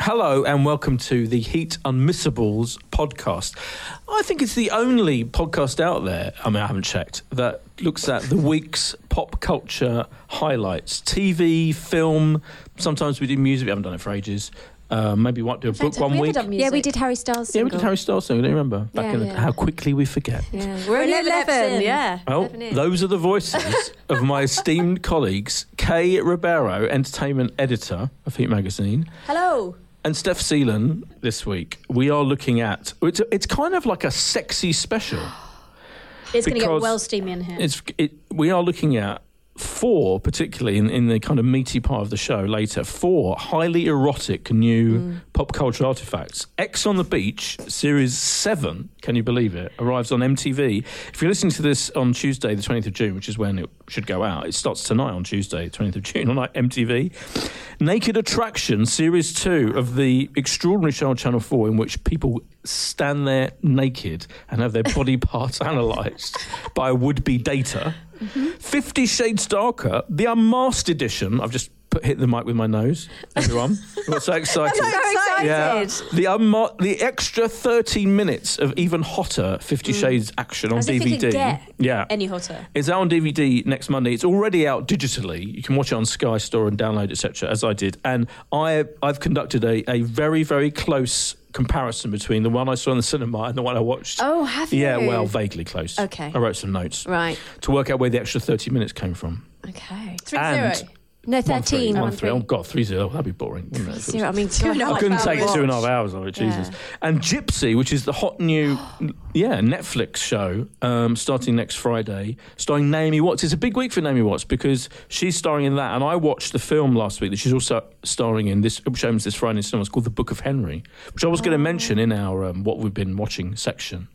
Hello and welcome to the Heat Unmissables podcast. I think it's the only podcast out there, I mean, I haven't checked, that looks at the week's pop culture highlights TV, film. Sometimes we do music, we haven't done it for ages. Uh, maybe we might do a book Have one we ever week. done music? Yeah, we did Harry Styles. Yeah, Single. we did Harry Styles song, don't you remember? Back Yeah, in the, yeah. How quickly we forget. Yeah, We're only 11 eps in. yeah. Well, Eleven years. those are the voices of my esteemed colleagues, Kay Ribeiro, entertainment editor of Heat Magazine, Hello. and Steph Seelan this week. We are looking at it's, it's kind of like a sexy special. It's going to get Because well steamy in here. It's it, we are looking at four, particularly in, in the kind of meaty part of the show later, four highly erotic new pop culture artifacts. X on the Beach, series seven, can you believe it, arrives on MTV. If you're listening to this on Tuesday, the 20th of June, which is when it should go out, it starts tonight on Tuesday, 20th of June on like, MTV. Naked Attraction, series two of the extraordinary show on Channel 4, in which people stand there naked and have their body parts analysed by a would be data. Mm-hmm. Fifty Shades Darker, the unmasked edition. I've just put, hit the mic with my nose. Everyone, we're so excited. Yeah, the unma- the extra thirty minutes of even hotter Mm. Fifty Shades action on As if it DVD. could get yeah, Any hotter? it's out on DVD next Monday. It's already out digitally. You can watch it on Sky Store and download, etc., as I did. And I, I've conducted a, a very, very close comparison between the one I saw in the cinema and the one I watched. Oh, have yeah, you? well, vaguely close. Okay. I wrote some notes Right. to work out where the extra 30 minutes came from. Okay. Three And- zero. No, One three, thirteen. one three. Oh, God, three zero. That'd be boring. wouldn't it, if it was- Zero. I mean, two and a I half couldn't take hours. two and a half hours of it, Jesus. Yeah. And Gypsy, which is the hot new, yeah, Netflix show um, starting next Friday, starring Naomi Watts. It's a big week for Naomi Watts because she's starring in that. And I watched the film last week that she's also starring in. This which opens this Friday in cinema. It's called The Book of Henry, which I was Oh. going to mention in our um, what we've been watching section,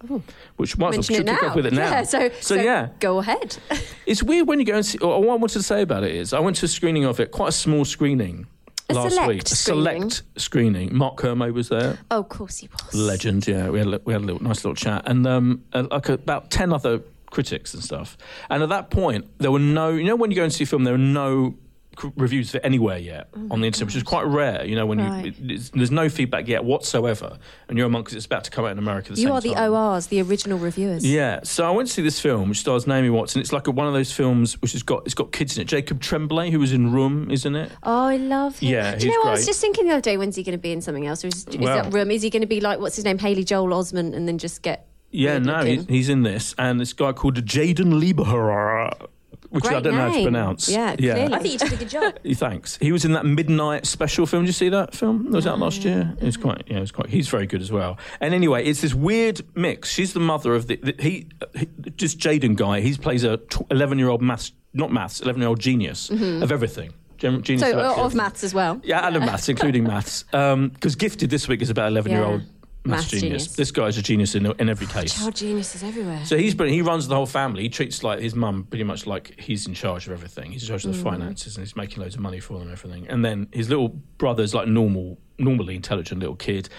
which might as Mention well it kick now. off with it now. Yeah. So, so yeah, Go ahead. it's weird when you go and see. Or what I wanted to say about it is, I went to a screening of it, quite a small screening A last select week. A screening. Select screening. Mark Kermode was there, Oh, of course he was. legend. Yeah, we had a, li- we had a little, nice little chat, and um, uh, like about ten other critics and stuff. And at that point, there were no. You know, when you go and see a film, there are no c- reviews for anywhere yet on the internet, which is quite rare. You know, when Oh Right. you it- it's, there's no feedback yet whatsoever, and you're amongst it's about to come out in America. At the You same are the time. ORs, the original reviewers. Yeah, so I went to see this film which stars Naomi Watts, and it's like a, one of those films which has got it's got kids in it. Jacob Tremblay, who was in Room, isn't it? Oh, I love him. Yeah, Do you he's know what I was great. just thinking the other day? When's he going to be in something else? Or is, is Well. that room? Is he going to be like what's his name, Haley Joel Osment, and then just get? Yeah, weird no, he, looking? he's in this, and this guy called Jaden Lieberherr, which I Great don't know how to name. pronounce. Yeah, clearly. I think you did a good job. Thanks. He was in that midnight special film. Did you see that film that was out last year? It was quite. Yeah, it was quite. He's very good as well. And anyway, it's this weird mix. She's the mother of the, the he, he just Jaden guy. He plays a eleven-year-old maths, not maths, eleven-year-old genius of everything. Gen- Genius Mm-hmm. So of uh, absolutely of maths as well. Yeah, and of maths, including maths. Because Gifted this week is about 11 year old Yeah. maths Maths genius. genius. This guy's a genius in, in every case. Child geniuses everywhere. So he's been, he runs the whole family. He treats like his mum pretty much like he's in charge of everything. He's in charge of Mm. the finances and he's making loads of money for them and everything. And then his little brother's like normal, normally intelligent little kid.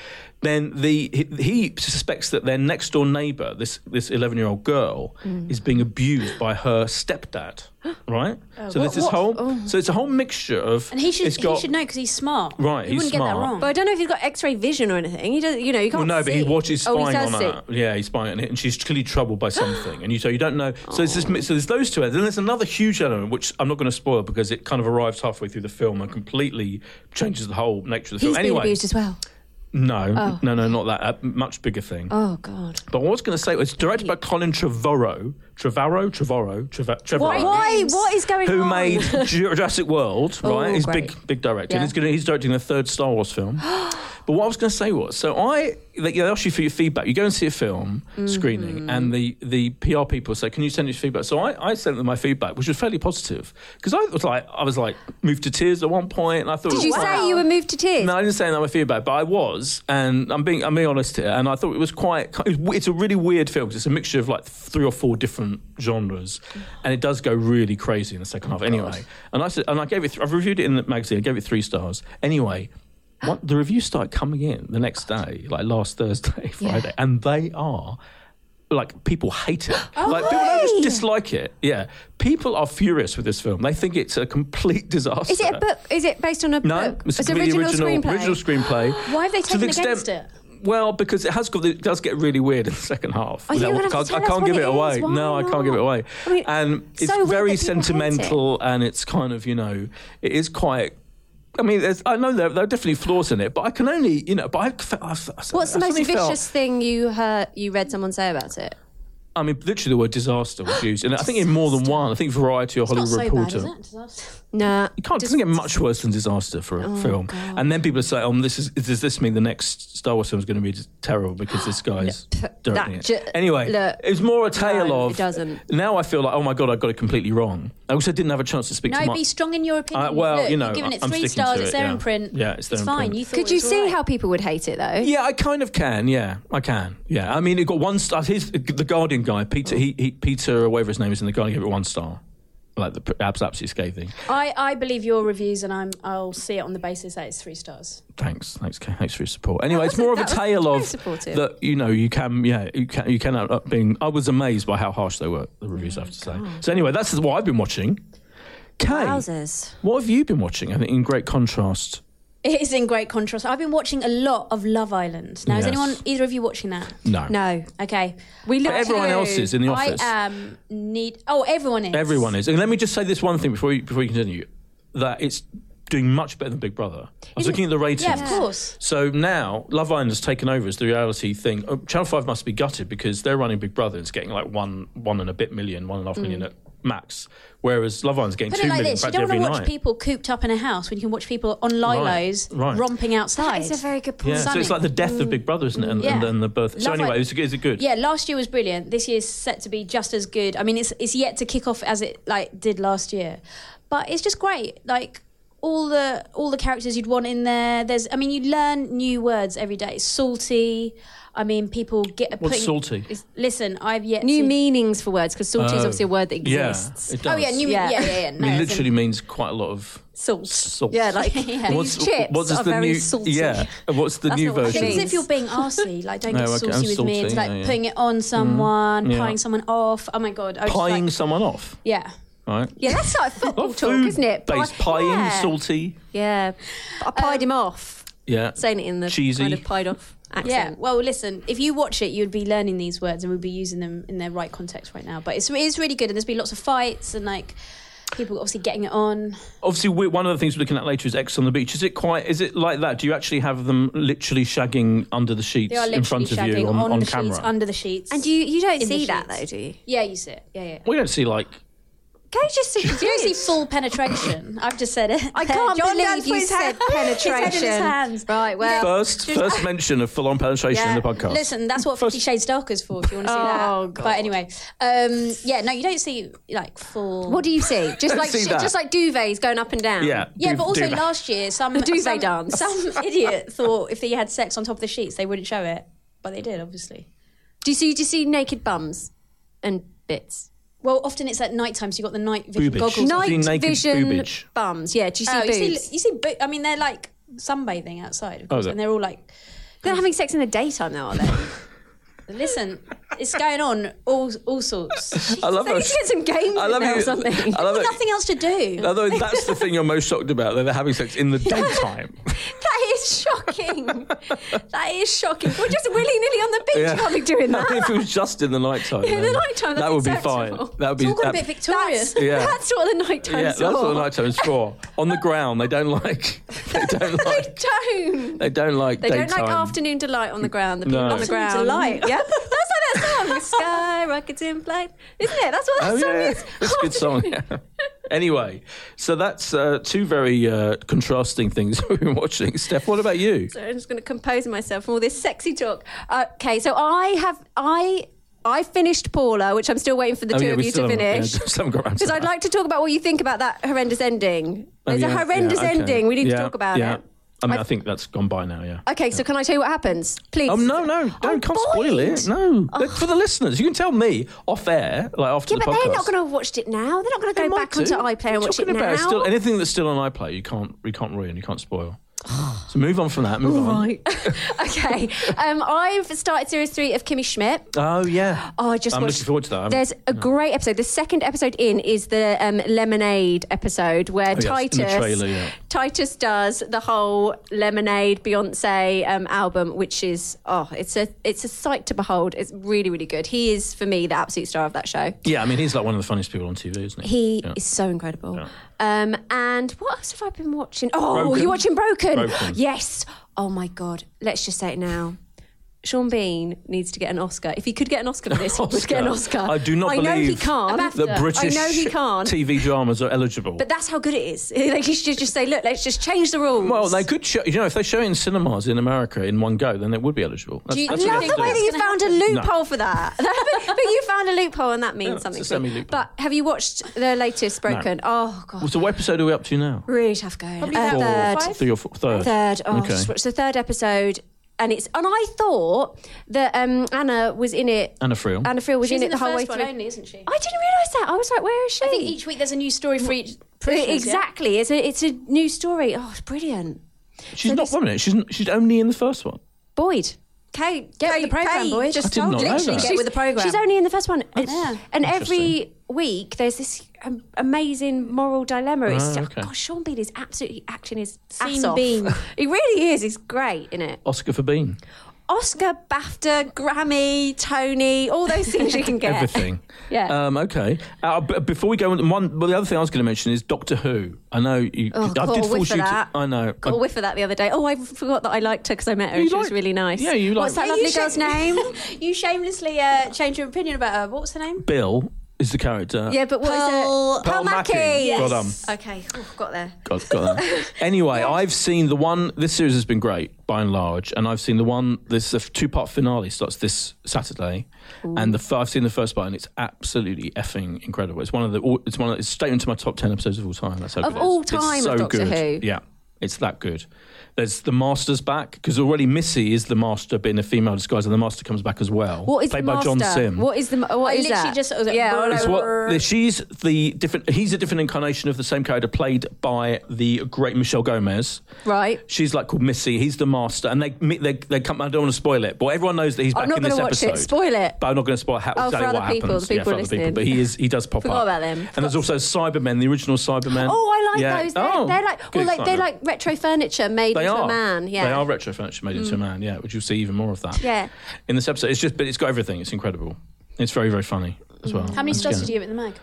Then the he, he suspects that their next door neighbour, this this eleven year old girl, Mm. is being abused by her stepdad. Right. so Uh, what- there's this what- Oh. whole so it's a whole mixture of And he should it's he should know because he's smart. Right, he he's wouldn't get smart. that wrong. But I don't know if he's got X-ray vision or anything. He doesn't. You know, you Well, can't. no, but he see. watches Oh, he spying does on see. her. Yeah, he's spying on it, and she's clearly troubled by something. and you so you don't know. So it's this, mi- so there's those two. elements. Then there's another huge element which I'm not going to spoil because it kind of arrives halfway through the film and completely changes the whole nature of the film. He's being Anyway, abused as well. no, Oh. no, no, not that. A much bigger thing. Oh God. But what I was going to say it's directed by Colin Trevorrow, Trevorrow, Trevorrow, Trevor, Why? Trevorrow. What is going Who on? made Jurassic World? Oh, Right, he's great. big, big director. Yeah. He's gonna, he's directing the third Star Wars film. but what I was going to say was, so I they they ask you for your feedback. You go and see a film Mm-hmm. screening, and the the PR people say, "Can you send us your feedback?" So I, I sent them my feedback, which was fairly positive because I was like I was like moved to tears at one point, and I thought, Did you Oh, "Wow." say you were moved to tears? No, I didn't say that my feedback, but I was, and I'm being I'm being honest here. And I thought it was quite. it was- It's a really weird film 'cause it's a mixture of like three or four different genres, and it does go really crazy in the second half. Anyway, and I said, and I gave it. Th- I've reviewed it in the magazine. I gave it three stars. Anyway. What, the reviews started coming in the next day, like last Thursday, Friday, and they are like people hate it. Oh, like people don't just dislike it. Yeah, people are furious with this film. They think it's a complete disaster. Is it a book? Is it based on a No, book? it's, a completely original, screenplay. original screenplay. Why have they To the taken against it? Well, because it has got it does get really weird in the second half. Oh, you're That- gonna I, have to tell I us can't what give it it, is. away. Why no, I not? can't give it away. I mean, and so it's weird very that people hate it. sentimental, and it's kind of you know, it is quite. I mean, there's, I know there, there are definitely flaws in it, but I can only you know. But I've, fe- I've, I've What's I've the most suddenly vicious felt- thing you heard? You read someone say about it? I mean, literally the word disaster was used, and I think in more than one. I think Variety or Not Hollywood so bad, Reporter. is it? Disaster. Nah. You can't. It doesn't get much worse than disaster for a Oh, film. And then people say, "Oh, this is. Does this mean the next Star Wars film is going to be just terrible because this guy's directing that it?" ju- anyway, look, it was more a tale no, of. it doesn't. Now I feel like, oh my god, I got it completely wrong. I also didn't have a chance to speak to No, my. be strong in your opinion. Uh, well, Look, you know, you're giving it I'm three sticking to stars. it, It's there yeah. in print. Yeah, it's there in fine. print. You thought Could it you was see alright. how people would hate it though? yeah, I kind of can. Yeah, I can. Yeah, I mean, it got one star. His the Guardian guy, Peter. He, he Peter, or whatever his name is, in the Guardian gave it one star. Like the abs absolutely scathing. I, I believe your reviews, and I'm I'll see it on the basis that it's three stars. Thanks, thanks, Kay. Thanks for your support. Anyway, it's wasn't- more of a that was tale very of supportive. that you know you can yeah you can you can end up being. I was amazed by how harsh they were the reviews. I have to Oh, say. So anyway, that's what I've been watching. Kay, Wowzers. what have you been watching? I think in great contrast. It is in great contrast. I've been watching a lot of Love Island. Now, is Yes. anyone either of you watching that? No, No. Okay, We But everyone else is in the office. I um need. Oh, everyone is. Everyone is. And let me just say this one thing before you before you continue, that it's doing much better than Big Brother. I was looking at the ratings. Yeah, of course. So now Love Island has taken over as the reality thing. Oh, Channel Five must be gutted because they're running Big Brother. It's getting like one, one and a bit million, one and a half million at max. Whereas Love Island's getting Put two it like million this: you practically don't want to every watch night. people cooped up in a house when you can watch people on lilos Right, right. romping outside. That is a very good point. yeah, so it's like the death of Big Brother, isn't it? And, Yeah. and then the birth. So Love anyway, Island. is it, is it good? Yeah, last year was brilliant. This year's set to be just as good. I mean, it's it's yet to kick off as it like did last year, but it's just great. Like all the all the characters you'd want in there. There's, I mean, you learn new words every day. Salty. I mean, people get What's putting- salty? is- Listen, I've yet New to, meanings for words because salty is obviously a word that Oh. Yeah, exists. it does. Oh yeah, new Yeah. yeah yeah yeah. yeah. I No, mean, it's literally means quite a lot of salt. salt. Yeah, like these chips is are very new, salty. Yeah, what's the That's new not what it version? Things means. if you're being arsey, like don't No, get okay, saucy I'm with me. salty, It's like yeah, yeah. putting it on someone, yeah. pieing someone off. Oh my god, I was just Pieing like- someone off, yeah. right? Yeah, that's like football talk, Food isn't it? Based Pie- pieing, yeah. salty. Yeah. Um, I pied him off, Yeah. saying it in the Cheesy. kind of pied off Yeah. accent. Well, listen, if you watch it, you'd be learning these words and we'd be using them in their right context right now. But it's it's really good, and there's been lots of fights and like people obviously getting it on. Obviously, we one of the things we're looking at later is X on the beach. Is it quite? Is it like that? Do you actually have them literally shagging under the sheets They are in literally front of you shagging on, on, on the camera? sheets, under the sheets, And you you don't In the see that though, sheets. do you? yeah, you see it, yeah, yeah. we don't see like. Go just see. You don't see full penetration. I've just said it. I can't John believe Danforth's you said hand- He's had it in his penetration. hands. Right. Well. First, first mention of full-on penetration in the podcast. Listen, that's what Fifty Shades Darker's for. If you want to see Oh, that. God. But anyway, um, yeah, no, you don't see like full. What do you see? Just like see sh- that. just like duvets going up and down. yeah, yeah, do- but also do that. last year, some duvet some, dance. some idiot thought if they had sex on top of the sheets, they wouldn't show it, but they did, obviously. Do you see? Do you see naked bums and bits? Well, often it's at night time, so you have got the night vision Boobage. goggles. No, Night see naked vision boobage. bums. Yeah. Do you see Oh, you boobs? see, you see, bo- I mean, they're like sunbathing outside, of course, that- and they're all like, They're not having sex in the daytime though, are they? "Listen, it's going on all all sorts." I love they need to it. get some games I love in there you- or something. I love it. Nothing else to do. Although that's the thing you're most shocked about, that they're having sex in the daytime. That is shocking. that is shocking. We're just willy nilly on the beach. Yeah. You can't be doing that. if it was just in the nighttime, In the then nighttime, that that's would be acceptable. fine. That would be. It's all got a that- bit Victorian. That's, Yeah. that's what the nighttime yeah, is that's what the for. nighttime's for. On the ground, they don't like. They don't They like. don't. They don't like They daytime. don't like afternoon delight on the ground. The people No. on the ground. Afternoon delight. Yeah, that's like that song. Sky rockets in flight. Isn't it? That's what that Oh song yeah, is. it's a good song. yeah. Anyway, so that's uh, two very uh, contrasting things we've been watching. Steph, what about you? So I'm just going to compose myself from all this sexy talk. Okay, so I have I I finished Paula, which I'm still waiting for the two of you to haven't, Oh, yeah, finish. still haven't got around to Because I'd that. like to talk about what you think about that horrendous ending. Oh, There's yeah, a horrendous yeah, okay. ending. We need Yeah, to talk about yeah. it. I mean, I, think that's gone by now. Yeah. Okay, so can I tell you what happens, please? Oh no, no, don't I'm can't spoil bored. it. No, Look, for the listeners, you can tell me off air, like after Oh. Yeah, the but podcast. they're not going to have watched it now. They're not going to They go might back do. onto iPlayer and watch it Talking now. about still anything that's still on iPlayer, you can't you can't ruin, you can't spoil. So move on from that. Move on. okay. Um, I've started series three of Kimmy Schmidt. Oh yeah. Oh, I just I'm watched. looking forward to that. I'm- Mm. There's a great episode. The second episode in is the um, lemonade episode where Oh, yes, in the Titus trailer, yeah. Titus does the whole lemonade Beyonce um, album, which is oh, it's a it's a sight to behold. It's really really good. He is for me the absolute star of that show. Yeah, I mean he's like one of the funniest people on TV, isn't he? He Yeah. is so incredible. Yeah. Um, and what else have I been watching? Oh, Broken. you're watching Broken. Broken. Yes. Oh my God. Let's just say it now. Sean Bean needs to get an Oscar. If he could get an Oscar for this, he would get an Oscar. I do not I believe know he can't. that British I know he can't. TV dramas are eligible. but that's how good it is. Like he should just say, look, let's just change the rules. well, they could show. You know, if they show it in cinemas in America in one go, then it would be eligible. That's, Do you- that's I what love they the do. way that you It's gonna found a happen. loophole for that. but you found a loophole, and that means Yeah, it's something. a to me. semi-loophole. But have you watched the latest Broken? Oh God, So what episode are we up to now? really tough go. Uh, Four, third. three or four, third. Third. Oh, Okay. just watched the third episode, and it's and I thought that um, Anna was in it. Anna Friel. Anna Friel was She's in it in the the, whole way first one through. only, isn't she? I didn't realise that. I was like, where is she? I think each week there's a new story for each. prisoners, yeah? exactly. It's a it's a new story. Oh, it's brilliant. she's not one minute. She's she's only in the first one. Boyd. Kate, Get with the programme, boy. Just I did not told know literally that. get She's- with the program. Oh, She's only in the first one, and, yeah. and every week there's this um, amazing moral dilemma. It's Ah, just, okay. God, Sean Bean is absolutely acting his ass Sean off. Bean. He really is. He's great in it. Oscar for Bean. Oscar, BAFTA, Grammy, Tony, all those things you can get. Everything. Yeah. Um, okay. Uh, b- before we go on, one. Well, the other thing I was going to mention is Doctor Who. I know you. Oh, I got a did whiff force of you. To, that. I know. Got a whiff of that the other day. Oh, I forgot that I liked her because I met her. You and She was like- really nice. Yeah, you like- What's that Yeah, you lovely should- girl's name? You shamelessly uh, changed your opinion about her. What's her name? Bill is the character. yeah, but what is Pearl- it? Pearl Mackey. Well done. Okay, Ooh, got there. Got, got that. anyway, I've seen the one. This series has been great by and large, and I've seen the one. This the two-part finale starts this Saturday, and the f- I've seen the first part, and it's absolutely effing incredible. It's one of the. all- It's one. Of, it's straight into my top ten episodes of all time. That's how Of good it all is. time it's of so Doctor good. Who? Yeah, it's that good. There's the Master's back because already Missy is the Master, being a female disguise, and the Master comes back as well. What is played the by master? John Sim? What is the what I is literally that? just- I was like, yeah, brrr. It's what the- she's the different. He's a different incarnation of the same character played by the great Michelle Gomez. right. She's like called Missy. He's the master, and they they they come. I don't want to spoil it, but everyone knows that he's back I'm not in this gonna watch it. episode. Spoil it. But I'm not going to spoil how Oh, for exactly other what people, happens. the people for other listening. but he is he does pop Forgot up. about them. And there's also Cybermen, the original Cybermen. Oh, I like Um, Yeah. those. They're, Oh, they're like, good well, like they're excitement. like retro furniture made They into are a man. Yeah, Mm. They are retro furniture made into a man. Yeah, which you'll see even more of that. Yeah. In this episode, it's just but it's got everything. It's incredible. It's very very funny Mm. as well. How many stars did you give it in the mag?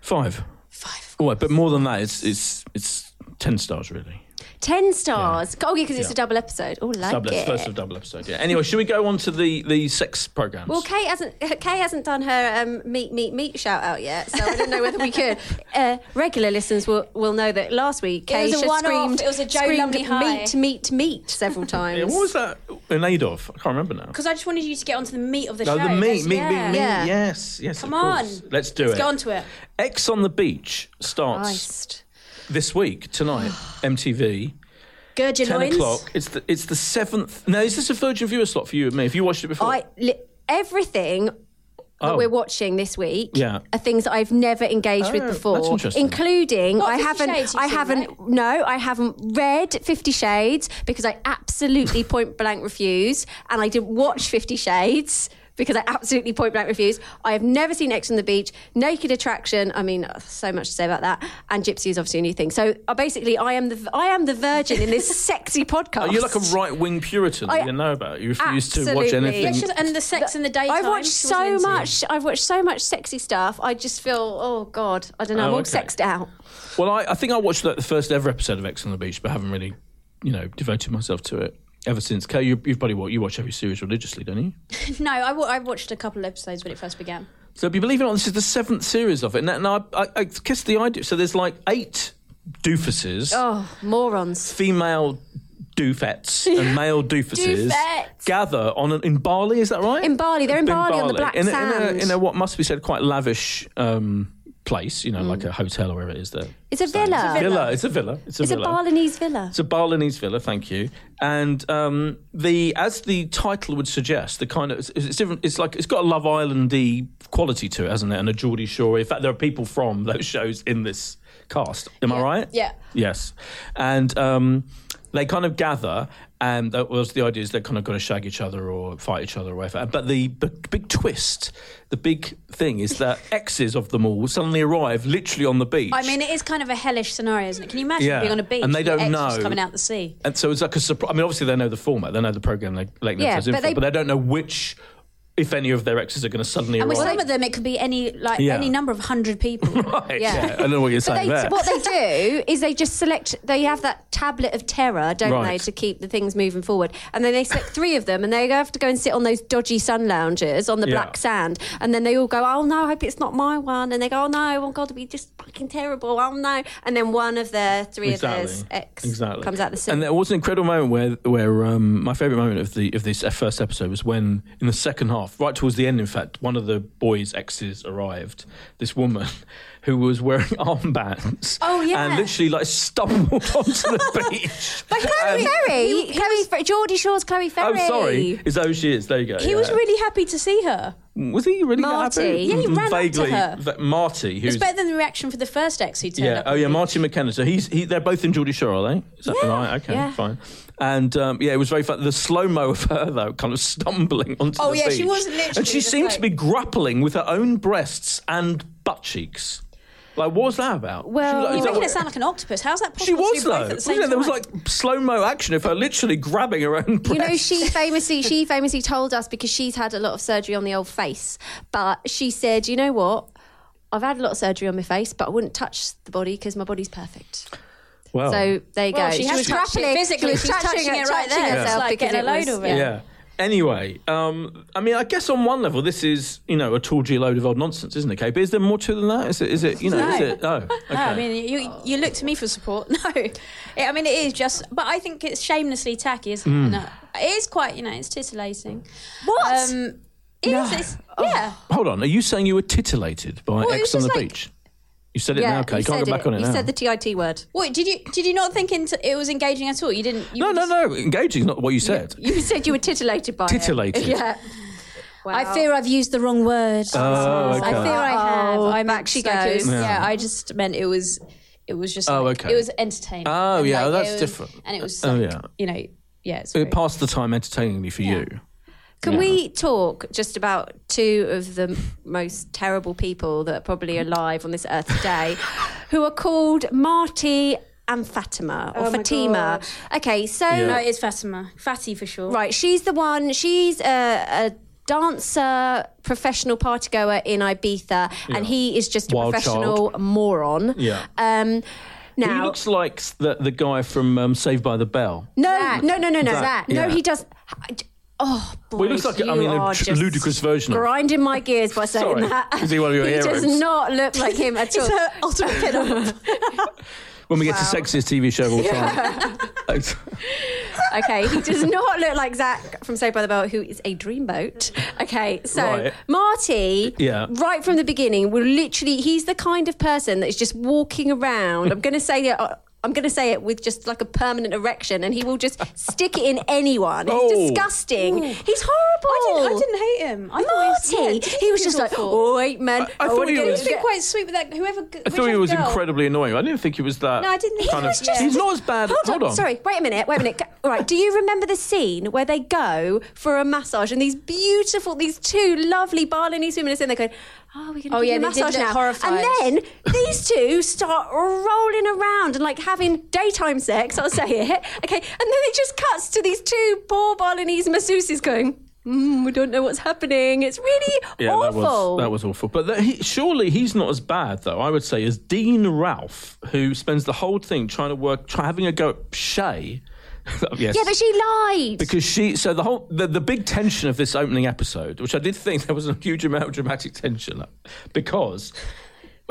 Five. Five. All right, but more than that, it's it's it's ten stars really. ten stars. Oh yeah, because it's Yeah. a double episode. Oh, like double it. first of double episode. Yeah. Anyway, should we go on to the the sex programs? Well, Kate hasn't Kay hasn't done her um, meet meet meet shout out yet, so I don't know whether we could. Uh, regular listeners will, will know that last week It Kay was a just one-off. screamed, It was a Joe screamed Lumley high. meet meet meet several times. Yeah, what was that in aid of? I can't remember now. Because I just wanted you to get onto the meat of the No, show. the meat, That's- meat, yeah. meat, meat. Yeah. Yes, yes. Come of course. on. let's do Let's it. get onto it. X on the Beach starts Christ. this week tonight. MTV, Gird your ten loins. o'clock. It's the it's the seventh. Now, is this a Virgin viewer slot for you and me? Have you watched it before? I li- everything Oh. that we're watching this week Yeah. are things that I've never engaged Oh, with before, that's interesting. including Not I Fifty haven't Shades you've I seen, haven't right? no I haven't read 50 Shades because I absolutely point blank refuse and I didn't watch 50 Shades because I absolutely point blank refuse. I have never seen X on the Beach, Naked Attraction. I mean, ugh, so much to say about that. And Gypsy is obviously a new thing. So uh, basically, I am the I am the virgin in this sexy podcast. Are Oh, you like a right wing Puritan? I- you didn't know about. it. You refuse to watch Absolutely. anything. Let's just- and the sex in the daytime. I've watched she wasn't so into. much. I've watched so much sexy stuff. I just feel, oh god, I don't know. Oh, I'm all okay. sexed out. Well, I, I think I watched like, the first ever episode of X on the Beach, but haven't really, you know, devoted myself to it ever since. Kay, you, you've probably what you watch every series religiously, don't you? No, I, w- I watched a couple of episodes when it first began. So, if you believe it or not, this is the seventh series of it. Now, now I, I, I guess the idea. So, there's like eight doofuses, Oh, morons. female doofettes and male doofuses, Doofettes. gather on an, in Bali. Is that right? In Bali. They're in Bali on the black in a, In sand. a, in a what must be said quite lavish. Um, Place, you know, like a hotel or wherever it is there. Mm. It's a villa. Villa. It's a villa. It's a It's a villa. Balinese villa. It's a Balinese villa, thank you. And um, the as the title would suggest, the kind of it's, it's different. It's like it's got a Love Islandy quality to it, hasn't it? And a Geordie Shore. In fact, there are people from those shows in this cast. Am I right? yeah. Yes. And um, they kind of gather, and that was the idea is they're kind of going to shag each other or fight each other or whatever. But the b- big twist, the big thing is that exes of them all suddenly arrive literally on the beach. I mean, it is kind of a hellish scenario, isn't it? Can you imagine Yeah. being on a beach And they your don't ex just know. coming out the sea? and so it's like a surprise. I mean, obviously they know the format, they know the program they Late Night Yeah, has but in for, they- but they don't know which, if any of their exes are going to suddenly And with arrive. some of them, it could be any like Yeah. any number of hundred people. Right, Yeah. yeah. I don't know what you're But saying they, there. what they do is they just select. They have that tablet of terror, don't they, Right. to keep the things moving forward. And then they select three of them, and they have to go and sit on those dodgy sun loungers on the Yeah. black sand. And then they all go, "Oh no, I hope it's not my one." And they go, "Oh no, oh god, it'd be just fucking terrible. Oh no." And then one of their three of theirs ex Exactly. comes out the sea. And there was an incredible moment where, where um, my favourite moment of the of this e, first episode was when, in the second half, right towards the end, in fact, one of the boys' exes arrived. This woman who was wearing armbands. Oh, yeah. And literally like stumbled onto the beach. but Um, Chloe Ferry, Chloe Ferry, Geordie Shaw's Chloe Oh, Ferry. sorry. Is that who she is? There you go. He yeah. was really happy to see her. Was he really Marty. that happy? Yeah, he Mm, ran up to Vaguely, her. Va- Marty, who's It's better than the reaction for the first ex who turned Yeah. up. Oh, yeah. Marty McKenna. So he's he, they're both in Geordie Shore, are they? Is that Yeah. right? Okay, Yeah. fine. And um, yeah, it was very fun. The slow mo of her though, kind of stumbling onto Oh, the yeah, beach. she was literally and she just seemed like- to be grappling with her own breasts and butt cheeks. Like, what was that about? Well- she was, like- You're is You're that making what- it sound like an octopus. How's that possible? she to was do both though. at the Wasn't same it? There was time? like slow mo action of her literally grabbing her own breasts. You know, she famously she famously told us because she's had a lot of surgery on the old face, but she said, you know what? I've had a lot of surgery on my face, but I wouldn't touch the body because my body's perfect. Well, So there you Well, go. she has touched it grappling- physically. she was She's touching it right touching there. herself It's like because getting a it load was- of it. Yeah. Anyway, um, I mean, I guess on one level, this is you know a tawdry load of old nonsense, isn't it, Kate? But is there more to it than that? Is it? Is it? You know? Is No. it? Oh, okay. No, I mean, you you look to me for support. No, It- I mean it is just, but I think it's shamelessly tacky, isn't Mm. it? No. It is quite, you know, it's titillating. What? Um, it is. It's, yeah. Hold on. Are you saying you were titillated by Well, it X was on the just like- beach? You said it Yeah, now, Kate. you You can't said go back on it you now. said the TIT word. What did you did you not think into, it was engaging at all? You didn't. You no, were no, just- no. Engaging is not what you said. You said you were titillated by Titillated. it. Yeah. Wow. I fear I've used the wrong word. Oh, I okay. fear I have. Oh, I'm back she actually- goes. Yeah. Yeah. I just meant it was. It was just. Oh, like- okay. It was entertaining. Oh, And, yeah, like, that's it was- different. And it was. Oh, like, yeah. You know. Yeah. It's very- It passed the time entertainingly for you. Can we talk just about two of the most terrible people that are probably alive on this earth today, who are called Marty and Fatima or Oh my Fatima? God. Okay, so No, it's Fatima. Fatty for sure. right, she's the one. She's a. a Dancer, professional partygoer in Ibiza, and he is just a Wild professional moron. Yeah. Um, now He looks like the, the guy from um, Saved by the Bell. no, Zach. no, no, no, no, Zach, no. yeah. He does. Oh, boy, Well, he looks like, I mean, a tr- ludicrous version of- Grinding my gears by saying Sorry. that. Is he one of your he heroes? does not look like him at all. ultimate pedal. When we get to sexiest TV show of all time. okay, he does not look like Zach from Saved by the Bell, who is a dreamboat. Okay, so Right. Marty, Yeah. right from the beginning, will literally, he's the kind of person that is just walking around. I'm going to say that. I'm going to say it with just like a permanent erection, and he will just stick it in anyone. He's Oh. disgusting. He's horrible. I didn't, I didn't hate him. I Marty, thought he, was just like, oh, wait, man. I oh, thought we're he gonna was- He's been get-" quite sweet with that. Whoever. I thought he was girl. incredibly annoying. I didn't think he was that. No, I didn't. He Kind was of, just- he's not as bad. Hold, on, sorry. Wait a minute. Wait a minute. Go- All right. Do you remember the scene where they go for a massage and these beautiful, these two lovely Balinese women are sitting there going, "Oh, we're going to Oh, give yeah, you they a did massage look now." horrified. And then these two start rolling around and like having daytime sex. I'll say it. Okay. And then it just cuts to these two poor Balinese masseuses going, mm, "We don't know what's happening. It's really Yeah, awful." that was that was awful. But that he, surely he's not as bad though. I would say as Dean Ralph, who spends the whole thing trying to work, try, having a go at Shay. yes. yeah, but she lied. because she, so the whole the, the big tension of this opening episode, which I did think there was a huge amount of dramatic tension, because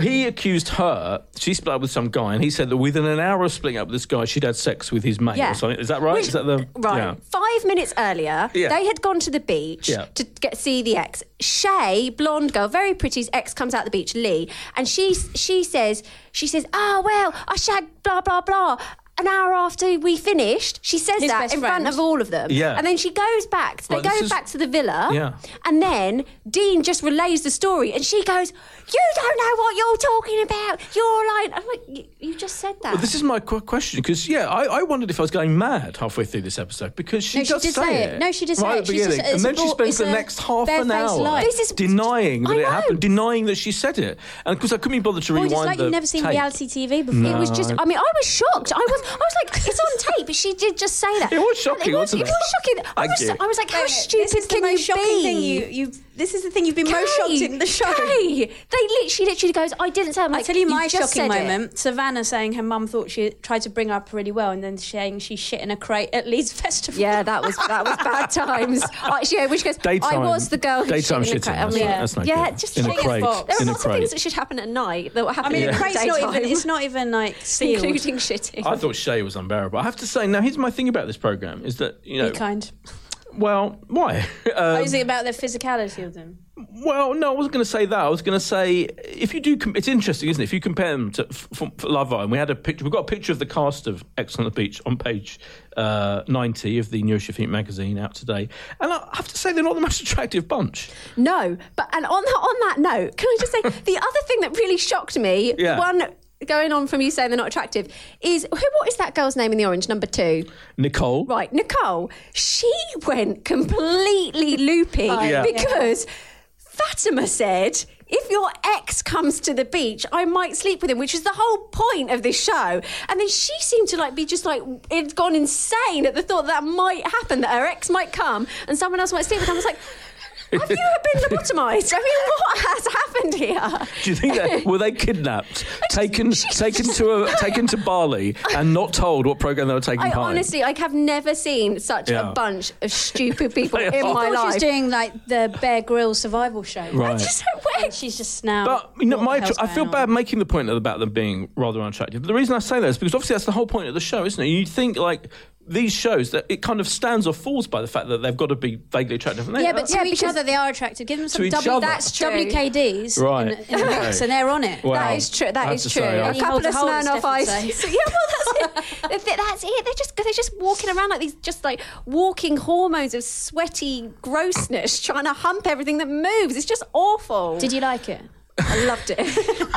he accused her. She split up with some guy, and he said that within an hour of splitting up with this guy, she'd had sex with his mate Yeah. or something. Is that right? Which- Is that the right? yeah. Five minutes earlier, Yeah. they had gone to the beach Yeah. to get see the ex. Shay, blonde girl, very pretty's ex comes out the beach, Lee, and she she says she says, "Ah, well, I shagged blah blah blah." an hour after we finished, she says His that best in friend. front of all of them. Yeah. And then she goes back. They Right, go this is- back to the villa. Yeah. And then Dean just relays the story, and she goes, "You don't know what you're talking about. You're like, I'm like, "You- you just said that." This is my qu- question because yeah, I, I wondered if I was going mad halfway through this episode because she No, she does did say it. No, she did say right it. at the She's just- beginning, and it's a then she bull- spends it's the a next half an barefaced hour lie. This is- denying that I it know. happened, denying that she said it, and because I couldn't be bothered to Or rewind just like the you've never seen tape. reality TV before. It was just. I mean, I was shocked. I was. I was like, it's on tape. But she did just say that. It was shocking, It was, wasn't it? was shocking. I Thank was. you. I was like, how Wait a minute, stupid this is can the most you shocking be? thing you, you this is the thing you've been most shocked in the show Kay. They literally, she literally goes, I didn't say. I'm I like, tell you my just shocking said it." moment. Savannah saying her mum thought she tried to bring her up really well, and then saying she shit in a crate at Leeds Festival. Yeah, that was that was bad times. Actually, yeah, which goes. I Daytime- was the girl. Who daytime shit in the shitting, cra- I'm that's like, not- yeah, that's not yeah, good. just In a shit crate, There in a are lots of crate. things that should happen at night that were I happening. mean, Yeah. a crate's not daytime, even. It's not even like sealed. including shitting. I thought Shay was unbearable. I have to say, now here's my thing about this program is that you know, Be kind. well, why? Oh, Um, is it about the physicality of them? Well, no, I wasn't going to say that. I was going to say if you do, com- it's interesting, isn't it? If you compare them to f- f- Love Island, we had a picture. We've got a picture of the cast of X on the Beach on page uh, ninety of the New Sheffield magazine out today, and I have to say they're not the most attractive bunch. No, but and on that, on that note, can I just say the other thing that really shocked me? Yeah. One going on from you saying they're not attractive is who? What is that girl's name in the orange? Number two, Nicole, right? Nicole. She went completely loopy yeah. because Fatima said. If your ex comes to the beach, I might sleep with him, which is the whole point of this show. And then she seemed to like be just like it's gone insane at the thought that, that might happen, that her ex might come and someone else might sleep with him. I was like, have you been lobotomized? I mean, what has happened here? do you think that were they kidnapped, taken, she- taken to a, taken to Bali, and not told what program they were taking I part in? honestly, I have never seen such Yeah. a bunch of stupid people They in are. I my thought she was life. doing like the Bear Grill survival show. Right. Just like, And where- she's just now. But you know, what the my, hell's I feel going bad on? making the point about them being rather unattractive. But the reason I say that is because obviously that's the whole point of the show, isn't it? You think like these shows that it kind of stands or falls by the fact that they've got to be vaguely attractive. And they Yeah, are. but to Yeah, each because- other they are attractive. Give them some each w, other. that's true. WKDs Right. in, in the Okay. mix, and they're on it. Wow. That is true. I That have is to true. say, I- a couple of He holds a Smirnoff hold, ice. it's different, So, yeah, well, that's it. That's it. That's it. They're just they're just walking around like these, just like walking hormones of sweaty grossness, trying to hump everything that moves. It's just awful. Did you like it? I loved it.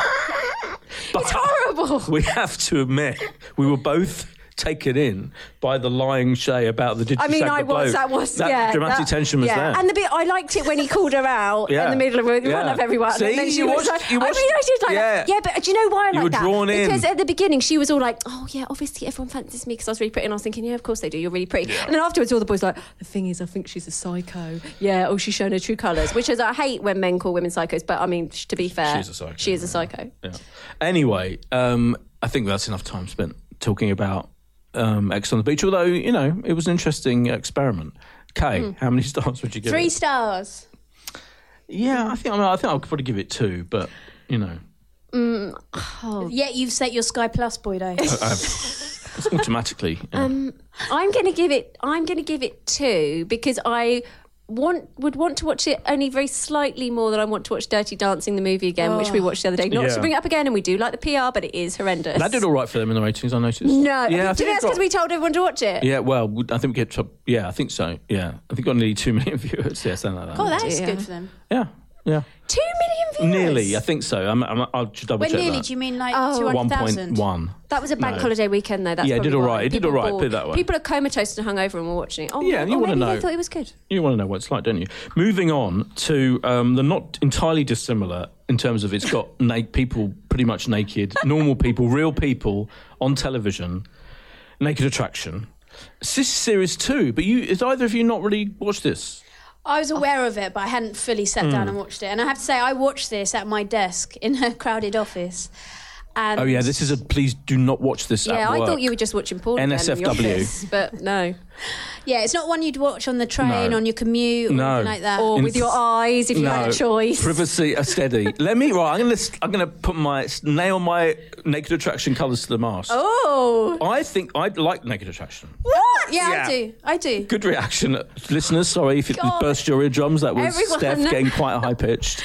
But it's horrible. We have to admit we were both taken in by the lying Shay about the. Did I you mean, shag I the bloke? was. That was. that yeah. dramatic that- tension was yeah. there. And the bit I liked it when he called her out Yeah. in the middle of in front Yeah. of everyone. See, and then she you was watched- like, you watched- I mean, I did like yeah. that. Yeah, but do you know why I like were that? drawn in. Because at the beginning she was all like, "Oh yeah, obviously everyone fancies me because I was really pretty," and I was thinking, "Yeah, of course they do. You're really pretty." And then afterwards, all the boys were like, "The thing is, I think she's a psycho. Yeah, oh, she's shown her true colours, which is I hate when men call women psychos. But I mean, sh- to be fair, She's a psycho, She is a yeah. psycho. Yeah. Anyway, um, I think that's enough time spent talking about um, X on the Beach. Although you know, it was an interesting experiment. Kay, how many stars would you give? Three it? stars. Yeah, I think I, mean, I think I could probably give it two, but you know, Oh. Yet you've set your Sky Plus boy day. I, I have, it's automatically. yeah. I'm going to give it. I'm going to give it two because I want would want to watch it only very slightly more than I want to watch Dirty Dancing the movie again, which we watched the other day. Not Yeah. to bring it up again, and we do like the PR, but it is horrendous. that did all right for them in the ratings. I noticed. yeah, no, I do think it you know that's because got- we told everyone to watch it. Yeah, well, we- I think we get top. Yeah, I think so. Yeah, I think it got nearly two million viewers. Yeah, something like that. Oh, that is Dear. good for them. Yeah, yeah, Two million views. nearly. I think so. I'm, I'm, I'll just double When check nearly, that. do you mean like Oh. two One hundred point thousand? one. That was a bank No. holiday weekend, though. That's Yeah, it did probably all why. right. It did People all right, are bored. put it that way. People are comatose and hungover and were watching it. Oh, Yeah, and you or wanna maybe know. They thought it was good. You want to know what it's like, don't you? Moving on to um, the not entirely dissimilar in terms of it's got na- people pretty much naked, normal people, real people on television, Naked Attraction. It's this series two, but you, is either of you not really watched this? I was aware of it, but I hadn't fully sat Hmm. down and watched it. And I have to say, I watched this at my desk in her crowded office. And Oh yeah, this is a. Please do not watch this. Yeah, at I work. thought you were just watching porn. again in the NSFW. office, but no. yeah, it's not one you'd watch on the train, No. on your commute, or No. anything like that. Or In- with your eyes, if you no had a choice. privacy are steady. Let me. Right, I'm gonna. I'm gonna put my nail my naked attraction colours to the mast. Oh, I think I like naked attraction. what? yeah, Yeah. I do. I do. Good reaction, listeners. Sorry if it God. burst your eardrums. That was Everyone. Steph getting quite high pitched.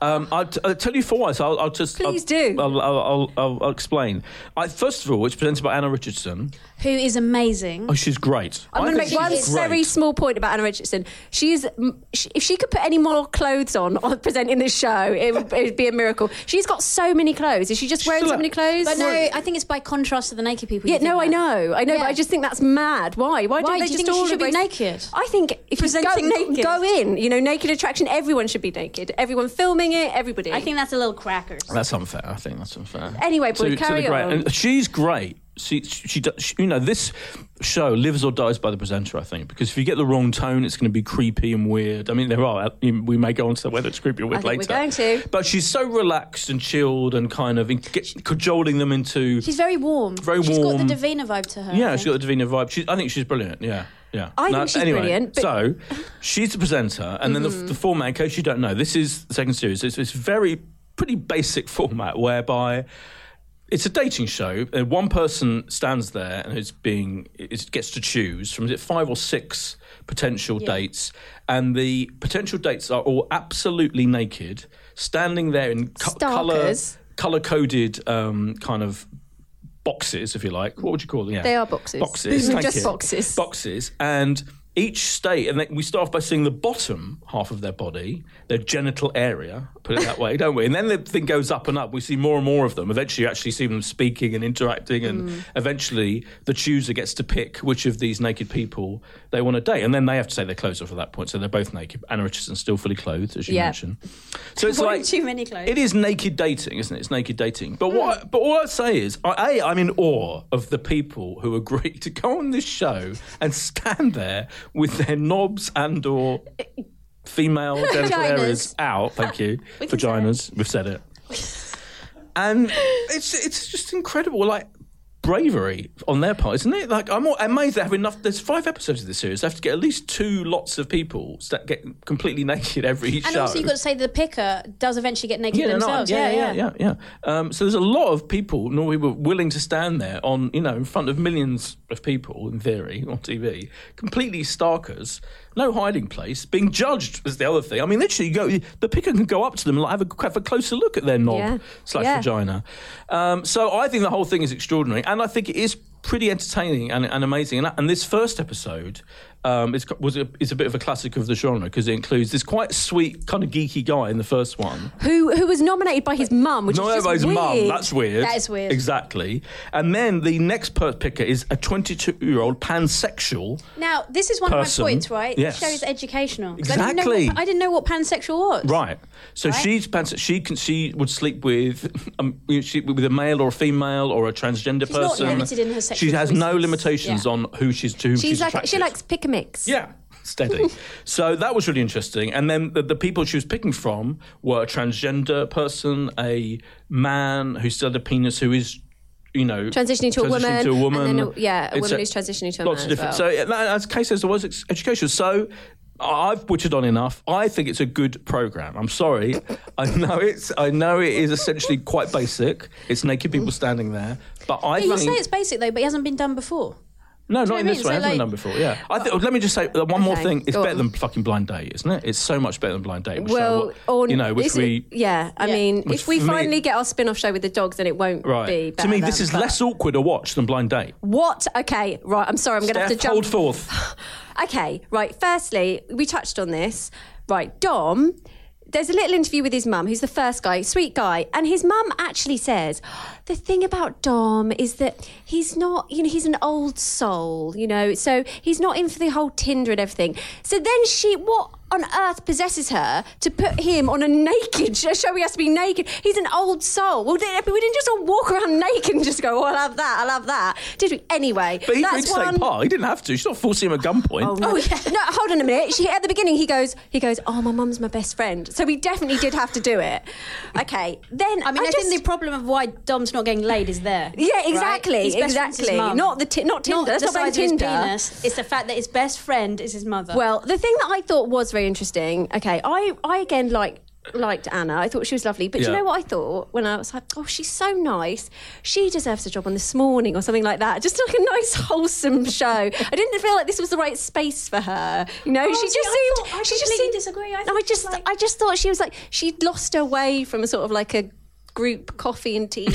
Um, I'll, t- I'll tell you four. So I'll, I'll just Please I'll, do. I'll, I'll, I'll, I'll, I'll explain. I, first of all, it's presented by Anna Richardson. Who is amazing. Oh, she's great. I'm I going to think make one she's great. very small point about Anna Richardson. She's, m- she, if she could put any more clothes on on presenting this show, it would it'd be a miracle. She's got so many clothes. Is she just wearing Still so up. many clothes? But no, I think it's by contrast to the naked people. you Yeah, think no, I that. know, I know, Yeah. but I just think that's mad. Why? Why, Why don't they do you just think she all should be embrace- naked? I think if you go, Presenting naked. go in, you know, naked attraction, everyone should be naked. Everyone filming it, everybody. I think that's a little crackers. That's unfair. I think that's unfair. Anyway, To- boy, to carry the great- on. and she's great. She, she, does- she, you know, this show lives or dies by the presenter, I think, because if you get the wrong tone, it's going to be creepy and weird. I mean, there are. uh, We may go on to whether it's creepy or weird I think later. we're going to. But she's so relaxed and chilled and kind of in- get, cajoling them into. She's very warm. Very She's got warm. the Davina vibe to her. I Yeah, she's think. got the Davina vibe. She, I think she's brilliant. Yeah. Yeah. I think she's anyway, brilliant, but- Mm-hmm. So she's the presenter, and then the, the format, in case you don't know, this is the second series. It's this very, pretty basic format whereby it's a dating show, and one person stands there and is being is, gets to choose from is it five or six potential dates, and the potential dates are all absolutely naked, standing there in co- color Starkers. color coded um, kind of boxes, if you like. What would you call them? Yeah. They are boxes. Boxes. thank Just you. boxes. Boxes. And each state, and then we start off by seeing the bottom half of their body, their genital area, put it that way, don't we? And then the thing goes up and up. We see more and more of them. Eventually, you actually see them speaking and interacting. And Mm. eventually, the chooser gets to pick which of these naked people they want to date. And then they have to take their clothes off at that point. So they're both naked. Anna Richardson's still fully clothed, as you Yeah. mentioned. So it's One like. too many clothes. It is naked dating, isn't it? It's naked dating. But Hmm. what? I, but all I say is, I, a, I'm in awe of the people who agree to go on this show and stand there with their knobs and or female genital Vaginas. areas out. Thank you, can say it. vaginas. We've said it. and it's it's just incredible, like bravery on their part, isn't it? Like I'm amazed they have enough. There's five episodes of this series. They have to get at least two lots of people sta get completely naked every and show. also, you've got to say the picker does eventually get naked Yeah, no, no, themselves. yeah, yeah, yeah, yeah, yeah, yeah. Um, so there's a lot of people. Norway were willing to stand there on, you know, in front of millions of people in theory on TV, completely starkers, no hiding place, being judged was the other thing. I mean, literally, you go the picker can go up to them and like, have a have a closer look at their knob Yeah. slash Yeah. vagina. Um, so I think the whole thing is extraordinary, and I think it is pretty entertaining and, and amazing. And, and this first episode um, is, was a, is a bit of a classic of the genre because it includes this quite sweet kind of geeky guy in the first one. who who was nominated by his mum, which No, is just everybody's weird. mum. That's weird. That is weird. Exactly. And then the next per- picker is a 22-year-old pansexual. Now, this is one Person. of my points, right? Yes. The show is educational. 'Cause I Exactly. didn't know what, I didn't know what pansexual was. Right. So she's panse- she can she would sleep with um, you know, she, with a male or a female or a transgender She's not person. limited in her sexual She has no choices. limitations Yeah. on who she's to whom she's, She's, like attracted. she likes pick a mix. Yeah. Steady. so that was really interesting. And then the, the people she was picking from were a transgender person, a man who still had a penis who is, you know, Transitioning to a woman, to a and woman. then a- yeah, a It's woman who's transitioning to a lots man of as different. So well. yeah, that- as Kay says, there was ex- education. So. I- I've butchered on enough. I think it's a good program. I'm sorry. I know it's. I know it is essentially quite basic. It's naked people standing there, but I Yeah, you say think it's basic, though, but it hasn't been done before. no, you not in know this what way. I I mean? haven't So, done befone like- before. Yeah, I think, let me just say uh, one more Okay, thing. It's go better than on. fucking blind date, isn't it? It's so much better than blind date. Which I, Well, what- or you know, which is it- we yeah, I Yeah. mean, Which if we for me- finally get our spin-off show with the dogs, then it won't be. right. To better me, than- this is but- less awkward a watch than blind date. What? Okay, right. I'm sorry. I'm going to have to Steph, jump. hold forth. Okay, right. Firstly, we touched on this. Right, Dom. There's a little interview with his mum, who's the first guy, sweet guy, and his mum actually says, "The thing about Dom is that he's not, you know, he's an old soul, you know, so he's not in for the whole Tinder and everything." So then she, what on earth possesses her to put him on a naked sh- show? He has to be naked. He's an old soul. Well, they- we didn't just all walk around naked and just go, "Oh, I'll have that, I'll have that," did we? Anyway, But he agreed that's to take one. part. He didn't have to. She's not forcing him at gunpoint. Oh, no. No, hold on a minute. She, at the beginning, he goes, he goes, oh, my mum's my best friend. So we definitely did have to do it. Okay. Then I mean, I, just, think the problem of why Dom's not getting laid is there. yeah, right? exactly, His best friend's his exactly. mum. Not the ti- not Tinder. That's the not about size of his Tinder. penis. It's the fact that his best friend is his mother. Well, the thing that I thought was very interesting. Okay, I I again like liked Anna. I thought she was lovely. But do you Yeah. know what I thought when I was like, oh, she's so nice. She deserves a job on This Morning or something like that. Just like a nice, wholesome show. I didn't feel like this was the right space for her. You know, she Oh, see, just I seemed. thought- I she just completely seemed, disagree. I No, I think she's just, like- I just thought she was like she'd lost her way from a sort of like a group coffee and tea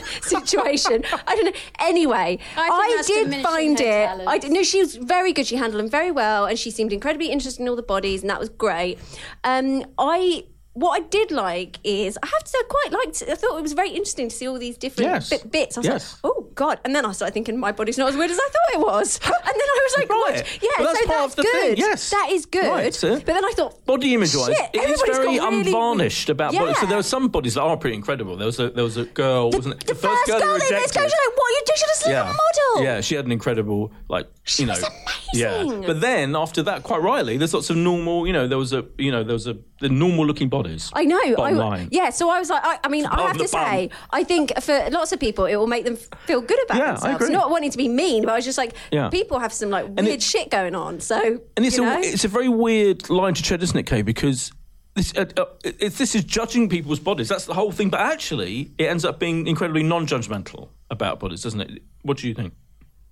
situation. I don't know. Anyway, I think I, that's did diminishing find her it. talents. I did, no, she was very good. She handled them very well, and she seemed incredibly interested in all the bodies, and that was great. Um, I. What I did like is, I have to say, I quite liked. I thought it was very interesting to see all these different Yes. bit- bits. I was Yes. like, "Oh God!" And then I started thinking, "My body's not as weird as I thought it was." And then I was like, Right. "What? Yeah, Well, that's so part that's of the thing, good. yes. that is good." Right, sir. But then I thought, Body image wise, Shit, it is everybody's very got really- unvarnished about body. So Yeah. there are some bodies that are pretty incredible. There was a, there was a girl, wasn't it? the, first, girl they rejected. Go, like, what you do? Should have slept with a model. Yeah, she had an incredible, like, you know. was amazing. Yeah. But then after that, quite rightly, there's lots of normal, you know, there was a, you know, there was a, the normal looking bodies. I know. I, Bottom line. Yeah, so I was like, I, I mean, I Bottom have of to the bun. say, I think for lots of people, it will make them feel good about Yeah, I themselves. agree. Not wanting to be mean, but I was just like, Yeah. people have some like weird it- shit going on. So, And it's you a know, it's a very weird line to tread, isn't it, Kay? Because this uh, uh, it's, this is judging people's bodies. That's the whole thing. But actually, it ends up being incredibly non-judgmental about bodies, doesn't it? What do you think?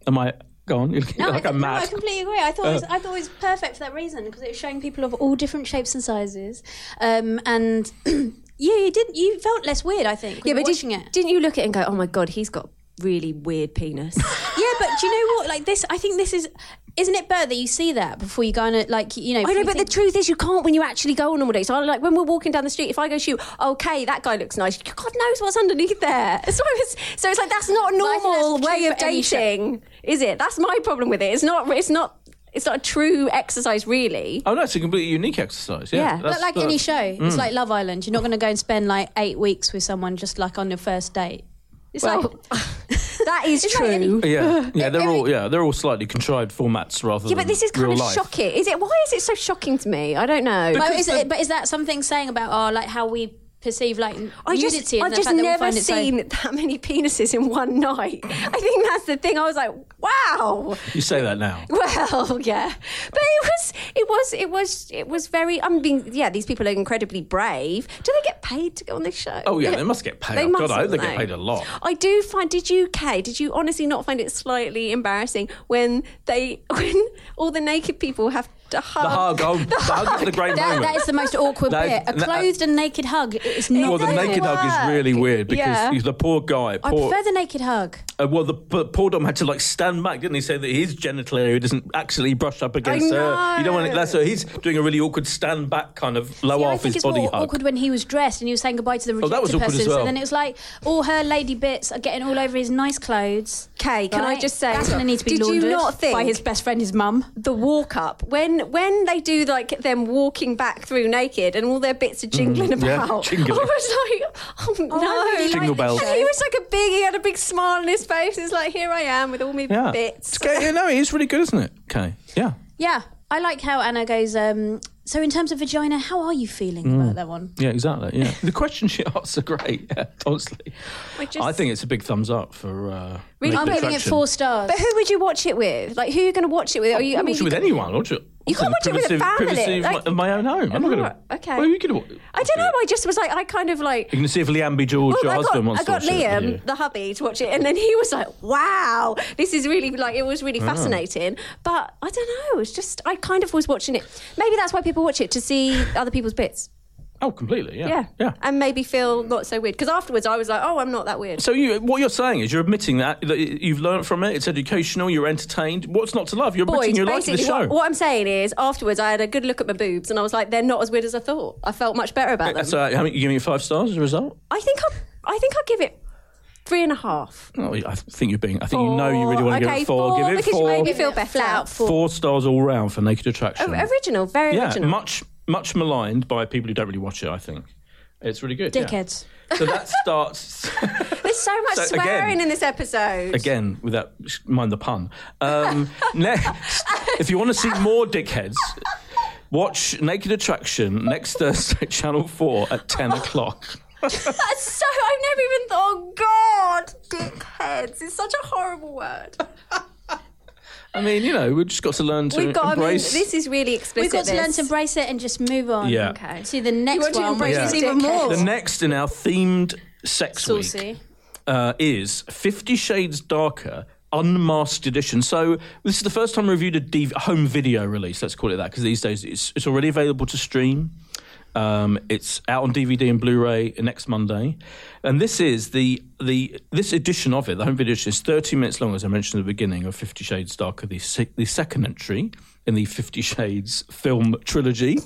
Am I go on? You're looking No, like I, I'm no, I mad. Uh. completely agree. I thought it was, I thought it was perfect for that reason because it was showing people of all different shapes and sizes, um, and yeah, you did you felt less weird. I think. yeah, but watching did, it. didn't you look at it and go, oh my God, he's got a really weird penis? Yeah, but do you know what? Like this, I think this is. Isn't it better that you see that before you go on it? Like you know. I before know, you but the think- truth is, you can't when you actually go on all day. So, I, like when we're walking down the street, if I go shoot, okay, that guy looks nice. God knows what's underneath there. So, it's, so it's like that's not a Well, I think that's normal true way of for any show. dating, is it? That's my problem with it. It's not. It's not. It's not a true exercise, really. Oh no, it's a completely unique exercise. Yeah. Yeah, But that's- but like that's- any show, Mm. it's like Love Island. You're not going to go and spend like eight weeks with someone just like on your first date. It's like Well, that is It's like any- true. Yeah, yeah, they're Every- all yeah, they're all slightly contrived formats rather yeah, than but this is kind real of life. shocking. Is it? Why is it so shocking to me? I don't know. But Because is, the- it, but is that something saying about our like how we perceive like I nudity? just, and I've the just fact that we never find it so- seen that many penises in one night. I think that's the thing. I was like, wow. You say that now. Well, yeah, but it was, it was, it was, it was very. I'm being, yeah. These people are incredibly brave. Do they get paid to go on this show? Oh yeah, they must get paid. They God, I hope mustn't, they get though. paid a lot. I do find. Did you, Kay? Did you honestly not find it slightly embarrassing when they, when all the naked people have to hug? The hug, oh, the hug is the great That, moment. that is the most awkward That is- bit. A that- clothed and naked hug. It's not. well, the doesn't naked hug is work. really weird because Yeah. he's the poor guy. I poor, prefer the naked hug. Uh, well, the p- poor Dom had to like stand back, didn't he? So that his genital area doesn't actually brush up against her. You don't want it. know. That's so he's doing a really awkward stand back kind of low Yeah, I Oh, off think his it's body more hug. awkward when he was dressed and he was saying goodbye to the Oh, rejected that was awkward as person. well. So then it was like all her lady bits are getting all over his nice clothes. Kay, can I Right? just say, that's going to need to be did you laundered not think by his best friend, his mum? the walk up when when they do like them walking back through naked and all their bits are jingling Mm, yeah, about? jingling. I was like, oh no, really like Jingle bells. And he was like a big, he had a big smile on his face. It's like, here I am with all my yeah, bits. It's, yeah, no, it is really good, isn't it? Okay, yeah. Yeah, I like how Anna goes. Um, so in terms of vagina, how are you feeling Mm. about that one? Yeah, exactly. Yeah, the questions she asks are great. Yeah, honestly, I just- I think it's a big thumbs up for. Uh, Really? I'm Naked giving it Attraction. four stars. But who would you watch it with? Like, who are you going to watch it with? Are you, I Watch mean, it with anyone, watch it. You can't watch it with a family, Privacy of my- like- of my own home. I'm not going Alright, to. okay. Well, you could. wa- I don't know. I just was like, I kind of like. You can see if Liam B. George, Well, your I got, husband, wants I got to watch it. Liam, Yeah. the hubby, to watch it, and then he was like, "Wow, this is really like it was really Ah. fascinating." But I don't know. It's just I kind of was watching it. Maybe that's why people watch it to see other people's bits. Oh, completely. Yeah. Yeah, Yeah. and maybe feel not so weird because afterwards I was like, "Oh, I'm not that weird." So you, what you're saying is you're admitting that, that you've learned from it. It's educational. You're entertained. What's not to love? You're admitting Boys, you like the basically, show. what, what I'm saying is, afterwards, I had a good look at my boobs, and I was like, "They're not as weird as I thought." I felt much better about them. That's uh, how many, you give me five stars as a result. I think I'll, I think I'll give it three and a half. Oh, I think you're being. I think you know you really want to okay, give it four. four, give it because you four. made me Give feel it better. flat four. Four stars all round for Naked Attraction. Original, very yeah, original. much much maligned by people who don't really watch it. I think it's really good. yeah. Dickheads. So that starts There's so much So, again- swearing in this episode. again without mind the pun. Um, next, if you want to see more dickheads. Watch Naked Attraction next Thursday, Channel 4 at 10 o'clock. That's so. I've never even thought. Oh God, dickheads. It's such a horrible word. I mean, you know, we've just got to learn to We've got. embrace. I mean, this is really We've explicit. got to learn this. to embrace it and just move on. Yeah. Okay. To the next want to one, embrace which is this even dickhead. more the next in our themed sex week saucy. uh, is Fifty Shades Darker Unmasked Edition. So this is the first time I reviewed a DV- home video release. Let's call it that because these days it's it's already available to stream. Um, it's out on DVD and Blu-ray next Monday, and this is the the this edition of it. The home video edition is 30 minutes long, as I mentioned at the beginning of Fifty Shades Darker, the se- the second entry in the Fifty Shades film trilogy.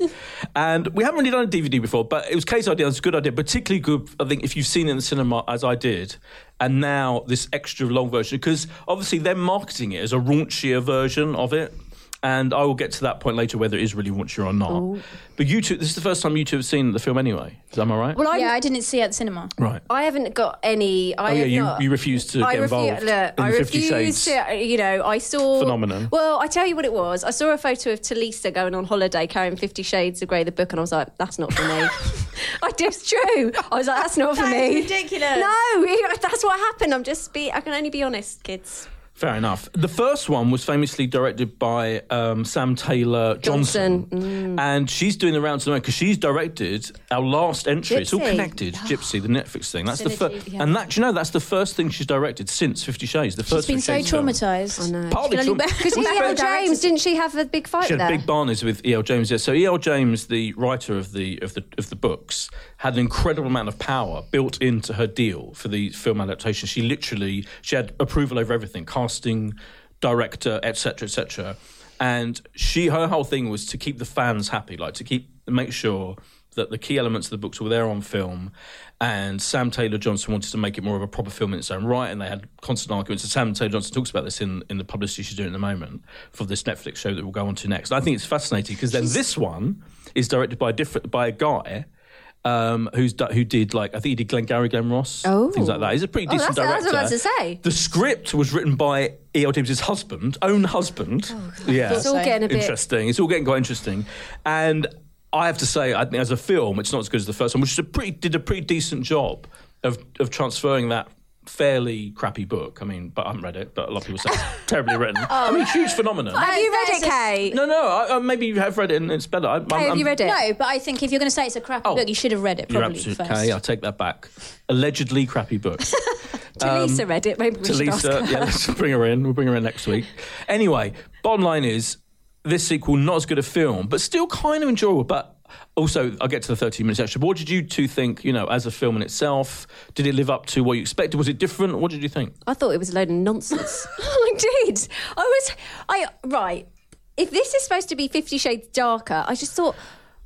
and we haven't really done a DVD before, but it was Kay's idea. It was a good idea, particularly good. I think if you've seen it in the cinema as I did, and now this extra long version, because obviously they're marketing it as a raunchier version of it. And I will get to that point later whether it is really raunchy or not. But you two, this is the first time you two have seen the film anyway. Is that am I right? Well, I'm, Yeah, I didn't see it at the cinema. right. I haven't got any. I Oh, yeah, have you, not- you refused to I get refu- involved look, in I the Fifty Shades. refuse to. uh, You know, I saw phenomenon. Well, I tell you what it was. I saw a photo of Talisa going on holiday carrying Fifty Shades of Grey, the book, and I was like, "That's not for me." I just true. I was like, "That's not for That me." is ridiculous. No, it- that's what happened. I'm just be. I can only be honest, kids. Fair enough. The first one was famously directed by um, Sam Taylor Johnson. Mm. And she's doing the rounds at the moment because she's directed our last entry. It's all Gypsy. connected. Gypsy, the Netflix thing. That's the Ah. Synergy, first. yeah. And that, do you know, that's the first thing she's directed since Fifty Shades. The She's first been Fifty so Shades film. traumatized. Partly She's only trauma- back- Because Well, E.L. directed- James didn't she have a big fight She had there? big barners with E.L. James. Yeah, so E.L. James, the writer of the of the of the books, had an incredible amount of power built into her deal for the film adaptation. She literally she had approval over everything, casting, director, etc., etc. And she her whole thing was to keep the fans happy, like to keep make sure that the key elements of the books were there on film. And Sam Taylor Johnson wanted to make it more of a proper film in its own right, and they had constant arguments. And Sam Taylor Johnson talks about this in, in the publicity she's doing at the moment for this Netflix show that we'll go on to next. I think it's fascinating because then this one is directed by a different by a guy um, who's do- who did like I think he did Glengarry Glen Ross Oh. things like that. He's a pretty Oh, decent that's- that's director. what I was about to say. The script was written by E.L. James's husband, own husband. yeah, It's Oh, all getting a bit. interesting. It's all getting quite interesting, and I have to say, I think as a film, it's not as good as the first one, which is a pretty, did a pretty decent job of of transferring that fairly crappy book. I mean, but I haven't read it, but a lot of people say it's terribly Oh. written. I mean, huge phenomenon. Have you read There's it, a- Kay? no, no, I, I, maybe you have read it and it's better. I, I'm, Kay, have I'm- you read it? No, but I think if you're going to say it's a crappy Oh. book, you should have read it You're probably absolutely first. okay. I'll take that back. Allegedly crappy book. um, Talisa read it. Maybe we to should Lisa. ask her. Yeah, let's bring her in. We'll bring her in next week. Anyway, bottom line is this sequel not as good a film, but still kind of enjoyable. But also, I'll get to the 13 minutes extra. But what did you two think, you know, as a film in itself? Did it live up to what you expected? Was it different? What did you think? I thought it was a load of nonsense. I did. I was. I right. If this is supposed to be Fifty Shades Darker, I just thought.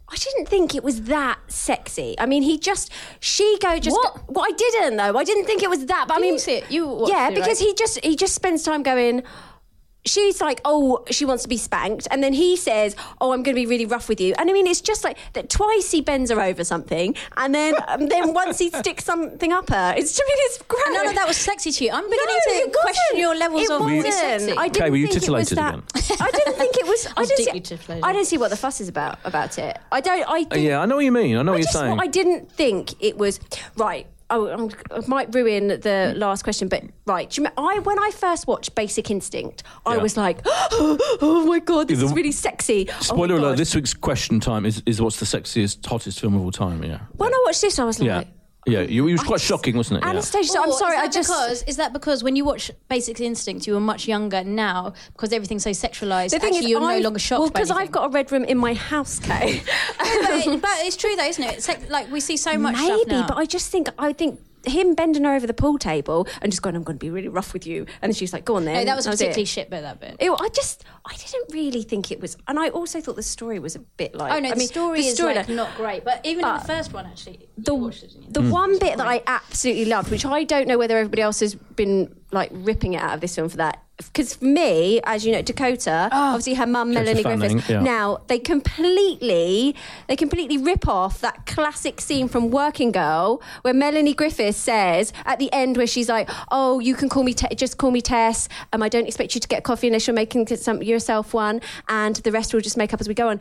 I didn't think it was that sexy. I mean, he just she go just. What? Well, I didn't though. I didn't think it was that. But I You mean, see it. You watched yeah, it, because right? he just he just spends time going. She's like, oh, she wants to be spanked, and then he says, oh, I'm going to be really rough with you. And I mean, it's just like that. Twice he bends her over something, and then um, then once he sticks something up her, it's I mean, it's great. None of that was sexy to you. I'm beginning No, to it question wasn't. your levels It of wasn't. sexy. I didn't Okay, well, you think it was titillated that. I didn't think it was. I, was didn't deeply see, titillated. I don't see what the fuss is about about it. I don't. I think, Oh, Uh, yeah, I know what you mean. I know what I you're just- saying. I didn't think it was right. Oh, I'm- I might ruin the last question, but right. Do you remember, I when I first watched Basic Instinct, I Yeah. was like, "Oh my god, this The- is really sexy." Oh my Spoiler God. alert, this week's question time is, is what's the sexiest, hottest film of all time, yeah. When I watched this, I was like, Yeah. Yeah, it was I quite just- shocking, wasn't it? Yeah. Anastasia, Or I'm sorry, Oh, is that I just because is that because when you watch Basic Instinct, you were much younger now because everything's so sexualized. actually, you're I've- no longer shocked. Well, because because I've got a red room in my house, Kay. but, it- but it's true though, isn't it? It's like, like we see so much stuff Maybe, now. but I just think I think him bending her over the pool table and just going, "I'm going to be really rough with you," and she's like, "Go on then." no, that was it. particularly shit, but that bit. Ew, I just I didn't really think it was, and I also thought the story was a bit like. Oh no, I the mean, story is like storyline- not great. But even in But the first one, actually, the, you watched it, didn't you? the one bit that I absolutely loved, which I don't know whether everybody else has been like ripping it out of this film for that. Because for me, as you know, Dakota, obviously her mum Melanie Fanning, Griffiths. yeah. Now they completely, they completely rip off that classic scene from Working Girl where Melanie Griffiths says at the end where she's like, "Oh, you can call me, Te- just call me Tess. Um, I don't expect you to get coffee unless you're making some yourself one, and the rest we'll just make up as we go on."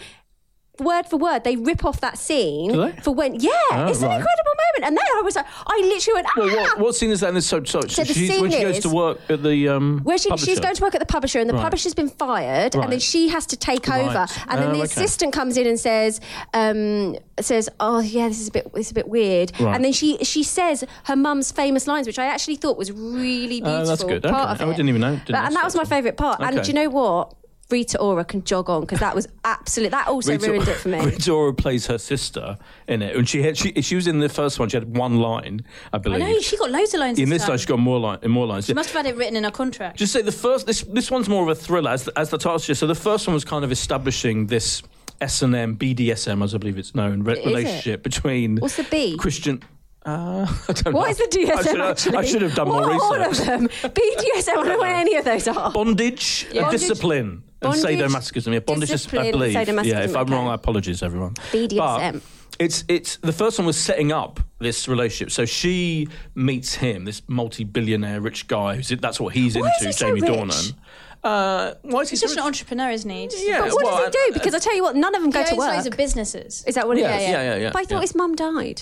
Word for word, they rip off that scene Do they? for when yeah, Oh, it's an right. incredible moment. And then I was like, I literally went, ah! Well, what, what scene is that in this? So, so, So the she, scene when she goes is- to work at the um, Where she, she's publisher. going to work at the publisher, and the Right. publisher's been fired, and then Right. she has to take Right. over. And then Oh, the okay. assistant comes in and says, um, "says Oh yeah, this is a bit this is a bit weird." Right. And then she she says her mum's famous lines, which I actually thought was really beautiful. Oh, that's good. Part Okay. of I it. didn't even know- But- didn't and that notice was my that. favourite part. And Okay. do you know what? Rita Ora can jog on because that was absolute. That also Rita- ruined it for me. Rita Ora plays her sister in it, and she had, she she was in the first one. She had one line, I I believe. know she got loads of lines. in and this stuff. um, line, she got more line, more lines. She must have had it written in her contract. Just say the first. This this one's more of a thriller, as the, as the title suggests. So the first one was kind of establishing this S and M BDSM, as I believe it's known, re- Is it? relationship between What's the B? Christian. Uh, I don't know. What is the DSM I should, actually? I should have done What more are research. All of them. BDSM. I don't know what any of those are. Bondage, and Bondage- discipline, and bondage, sadomasochism. Yeah, bondage, is- I discipline, believe. Yeah, sadomasochism, if I'm wrong, okay. I apologise, everyone. BDSM. But it's it's the first one was setting up this relationship. So she meets him, this multi-billionaire rich guy. Who's that's what he's Why is into, he so Jamie rich? Dornan. Uh, why is he He's so such rich? an entrepreneur, isn't he? He just- Yeah, But what well, does he do? Because I tell you what, none of them He go to owns work. loads of businesses. Is that what it is? Yeah, yeah, yeah, yeah, But I thought yeah. his mum died.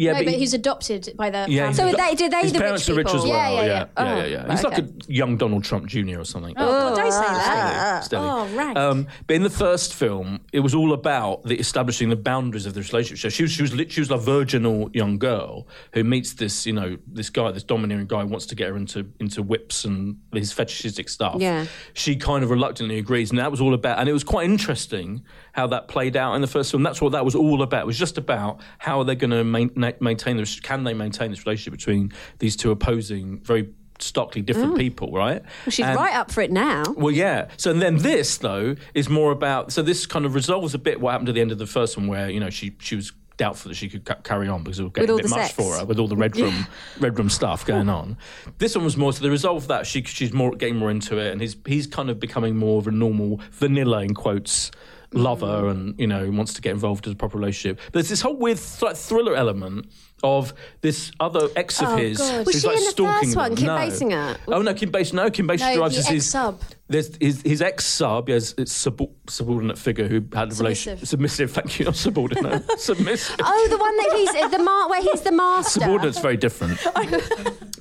yeah, no, but, he's adopted by the yeah, family. he's So a- they- do they his the rich parents are rich as well. people? Yeah, yeah, yeah. Oh, yeah, yeah. He's right, like a young Donald Trump Jr. or something. Oh, don't say that. Ah, Steady, steady. Oh, rank. Um, but in the first film, it was all about the establishing the boundaries of this relationship. So she was she was, lit- she was a virginal young girl who meets this you know this guy, this domineering guy, who wants to get her into into whips and his fetishistic stuff. Yeah. She kind of reluctantly agrees, and that was all about. And it was quite interesting how that played out in the first film. That's what that was all about. It was just about how are they going to maintain, maintain this? Can they maintain this relationship between these two opposing very starkly different people, right? Mm. Well, she's And- right up for it now. well, yeah. So and then this though is more about. So this kind of resolves a bit what happened at the end of the first one, where you know she she was doubtful that she could ca- carry on because it was getting all a bit the much sex. for her with all the red room red room stuff going on. This one was more so the resolve of that she she's more getting more into it, and he's he's kind of becoming more of a normal vanilla in quotes Mm-hmm. lover and you know wants to get involved in a proper relationship but there's this whole weird th- thriller element of this other ex of Oh, his God. Was who's she like in the stalking first one, them. Kim no. Basinger? oh no Kim Basinger no Kim Basinger No, drives the as his ex-sub. there's his, his ex sub, yes, it's sub, subordinate figure who had a relationship. Submissive. Submissive, thank you, not subordinate. submissive. Oh, the one that he's the mar- where he's the master. Subordinate's very different.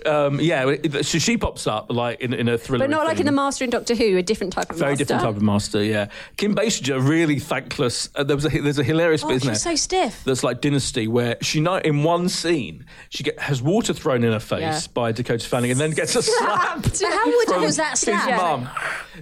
um, yeah, it- so she pops up like in, in a thriller. But not like in the master in Doctor Who, a different type of Very master. different type of master, yeah. Kim Basinger, really thankless. Uh, there was a, there's a hilarious Oh, bit, isn't she's there? so stiff. that's like Dynasty, where she know in one scene she get, has water thrown in her face Yeah. by Dakota Fanning, and then gets a slap. But how would from was that his slap? mum.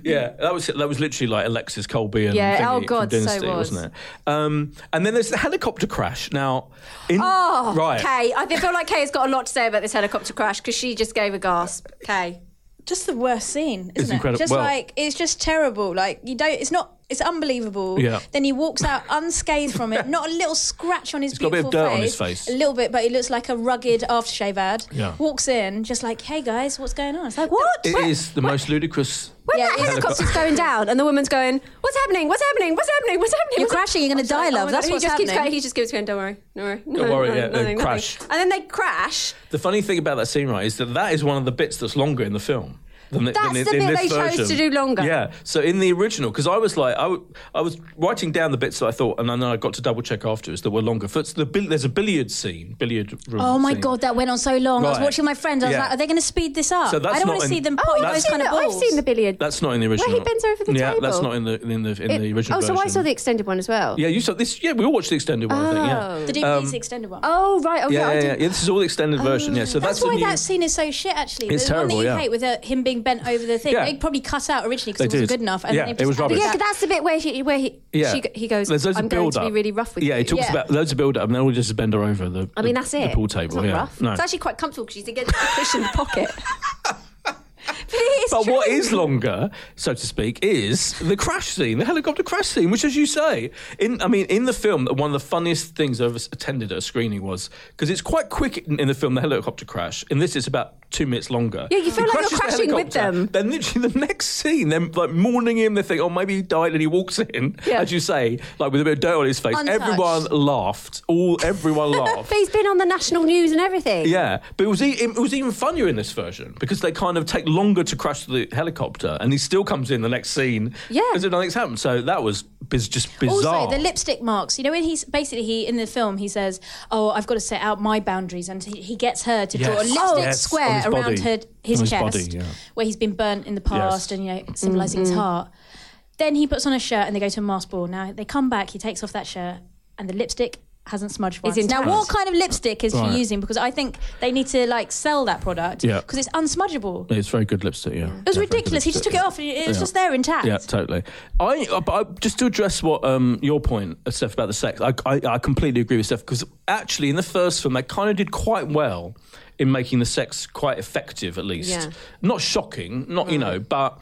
Yeah, that was that was literally like Alexis Colby and Yeah, thingy oh from God, so Dynasty, was. not it? Um, and then there's the helicopter crash. Now, in, Oh, right, Kay. I feel like Kay has got a lot to say about this helicopter crash because she just gave a gasp. Kay. Just the worst scene, isn't It's it? incredible. Just Well- like it's just terrible. Like you don't. It's not. It's unbelievable. Yeah. Then he walks out unscathed from it. Not a little scratch on his got a bit of beautiful dirt on face. his face. A little bit, but he looks like a rugged aftershave ad. Yeah. Walks in, just like, hey guys, what's going on? It's like What? it When- is the most ludicrous. When Yeah, that it is- helicopter's going down and the woman's going, "What's happening? What's happening? What's happening? What's happening? You're What's hap-" crashing, you're gonna I'm die, like, love. my That's God. he what's just Keeps happening. going, he just keeps going. Don't worry. Don't worry. No, Don't worry, yeah, they nothing, nothing." crash. And then they crash. The funny thing about that scene, right, is that that is one of the bits that's longer in the film. Than the, than That's in, the in bit this they chose version. to do longer. Yeah. So in the original, because I was like, I, w- I was writing down the bits that I thought, and then I got to double check afterwards that were longer. First, the bill- there's a billiard scene, billiard room. Oh my scene. god, that went on so long. I was Right. watching my friends. I was Yeah. like, are they going to speed this up? So that's I don't not want to in- see them Oh, potting I've those seen kind of I've balls. seen the billiard. That's not in the original. bends over the yeah, that's table. not in the in the in the It- original. oh, so I version. saw the extended one as well. Yeah, you saw this. Yeah, we all watched the extended one. I think, Oh. yeah. The DVD's the extended one. Oh right. Oh Yeah, yeah. yeah, I Oh. yeah, did- yeah, This is all the extended version. Yeah, so that's, That's why the new, that scene is so shit. Actually, It's the terrible, one that you yeah. hate with uh, him being bent over the thing. Yeah. They probably cut out originally because They it did. wasn't good enough. And Yeah, then it was just added rubbish. Yeah, that. 'cause that's the bit where he, where he, Yeah, she, he goes. There's loads I'm of going build to up. be really rough with yeah, you. he talks Yeah. about loads of build up, and then we just bend her over the. I mean, that's it. The pool table. It's not yeah, rough. no. It's actually quite comfortable because she's against the cushion pocket. but it is but true. what is longer, so to speak, is the crash scene, the helicopter crash scene, which, as you say, in I mean, in the film, one of the funniest things I ever attended at a screening was because it's quite quick in, in the film, the helicopter crash, and this is about two minutes longer. Yeah, you He feel like you're crashes the crashing with helicopter, them. Then literally the next scene, they're like mourning him. They think, oh, maybe he died, and he walks in, Yeah. as you say, like with a bit of dirt on his face. Untouched. Everyone laughed. All everyone laughed. But he's been on the national news and everything. Yeah, but it was e- it was even funnier in this version because they kind of take longer to crash the helicopter, and he still comes in the next scene. Yeah. as if nothing's happened. So that was biz- just bizarre. Also, the lipstick marks. You know, when he's basically he in the film, he says, "Oh, I've got to set out my boundaries," and he, he gets her to draw a Yes, lipstick yes, on square his body. around her his, On his chest, body, yeah. where he's been burnt in the past, and you know, symbolizing his heart. Then he puts on a shirt, and they go to a mask ball. Now they come back. He takes off that shirt, and the lipstick hasn't smudged once. now, intact. what kind of lipstick is Right. she using? Because I think they need to like sell that product Yeah. because it's unsmudgeable. it's very good lipstick, yeah. It was ridiculous. He just took it off, and it was Yeah. just there intact. Yeah, totally. I, uh, but I just to address what um, your point, uh, Steph, about the sex. I, I, I completely agree with Steph because actually in the first film they kind of did quite well in making the sex quite effective, at least. Yeah. Mm. Not shocking, not you know, but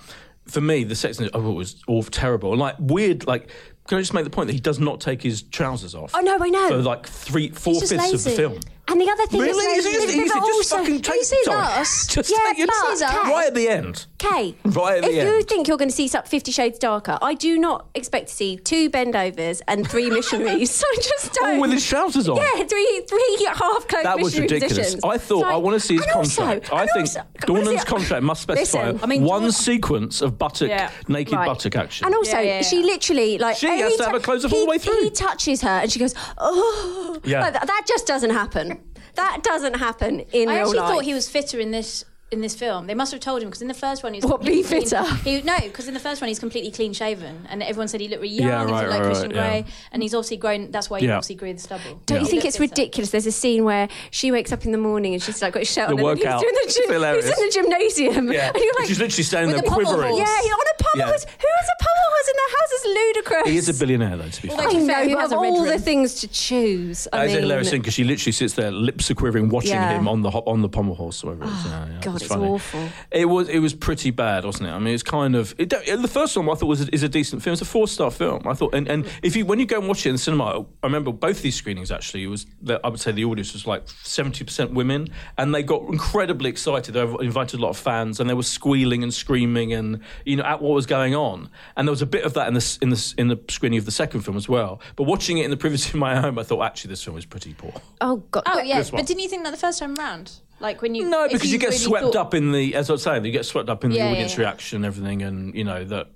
for me the sex in it oh, it was all terrible. And, Like weird, like. Can I just make the point that he does not take his trousers off? Oh, no, I know. For like three, four He's just fifths of the lazy. film. And the other thing Really? is, Is it just, But is it just also- fucking Have you take seen sorry. us? Just yeah, take your but- trousers okay. right at the end. Okay. Right at the if you end. think you're going to see some Fifty Shades Darker, I do not expect to see two bendovers and three missionaries. I just don't. Oh, with his trousers on. Yeah, three three half clothed That was ridiculous. I thought I want to see his contract. I think Dornan's contract must specify Listen, I mean, one Dorn- sequence of buttock Yeah. naked Right. buttock action. And also, Yeah, yeah, yeah. she literally like She has only to have tou- her clothes off all the he- way through. He touches her, and she goes, "Oh, Yeah. Like, that, that just doesn't happen. That doesn't happen in I real actually life." thought he was fitter in this in this film. They must have told him because in the first one he was What, be completely clean- fitter? He, no, because in the first one he's completely clean shaven, and everyone said he looked really young. Yeah, he right, looked like right, Christian right, Grey, and he's obviously grown. That's why he Yeah. obviously grew the stubble. Don't you He think looked it's fitter. ridiculous? There's a scene where she wakes up in the morning and she's like got his shirt on, The and then workout. he's, doing the It's gym- hilarious. he's in the gymnasium, yeah. and you're like, She's literally standing With there a pommel quivering. horse. yeah, he's on a Yeah. pommel horse. Who has a pommel horse in their house? It's ludicrous. He is a billionaire though, to be fair. Although- I To be know, fair, he but has of a red all the room. things to choose, I That is mean, a hilarious thing because she literally sits there, lips are quivering, watching Yeah. Ah. him on the ho- on the pommel horse or whatever. it is. Yeah, yeah, God, it's funny. awful. It was it was pretty bad, wasn't it? I mean, it's kind of it, don't- the first one I thought was a, is a decent film. It's a four star film. I thought, and, and if you when you go and watch it in the cinema, I remember both these screenings actually. It was the, I would say the audience was like seventy percent women, and they got incredibly excited. They invited a lot of fans, and they were squealing and screaming, and you know at what was going on. And there was a bit of that in the s- in the s- in the screening of the second film as well. But watching it in the privacy of my home, I thought actually this film was pretty poor. Oh god. Oh yeah, This one. but didn't you think that the first time round? Like when you No, if because you, get really swept thought- up in the, as I was saying, you get swept up in Yeah, the yeah, audience yeah. reaction and everything, and you know that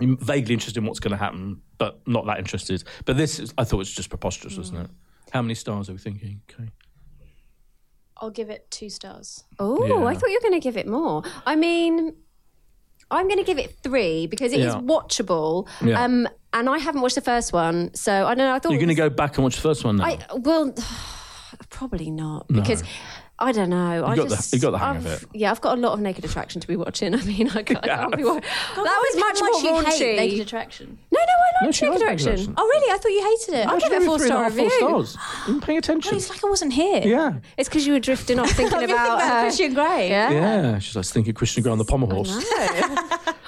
you're vaguely interested in what's going to happen, but not that interested. But this, is, I thought, was just preposterous, wasn't it? Mm. How many stars are we thinking? Okay. I'll give it two stars. Oh, I Yeah. thought you were going to give it more. I mean, I'm going to give it three because it is Yeah. watchable. Yeah. Um, and I haven't watched the first one, so I don't know. I thought You're going to go back and watch the first one now. I, well, probably not because. I don't know. I got the- just, you got the hang I've, of it. Yeah, I've got a lot of naked attraction to be watching. I mean, I can't, I can't be watching. That How was much you more hate Naked raunchy. Attraction. No, no, I No, liked she liked naked Naked attraction. Attraction. Oh really? I thought you hated it. I'll give it a four-star review. Four stars. I'm paying attention. It's like I wasn't here. yeah. It's because you were drifting off thinking I'm about, thinking about uh, Christian Grey. Yeah. Yeah. She's like thinking Christian Grey on the pommel horse.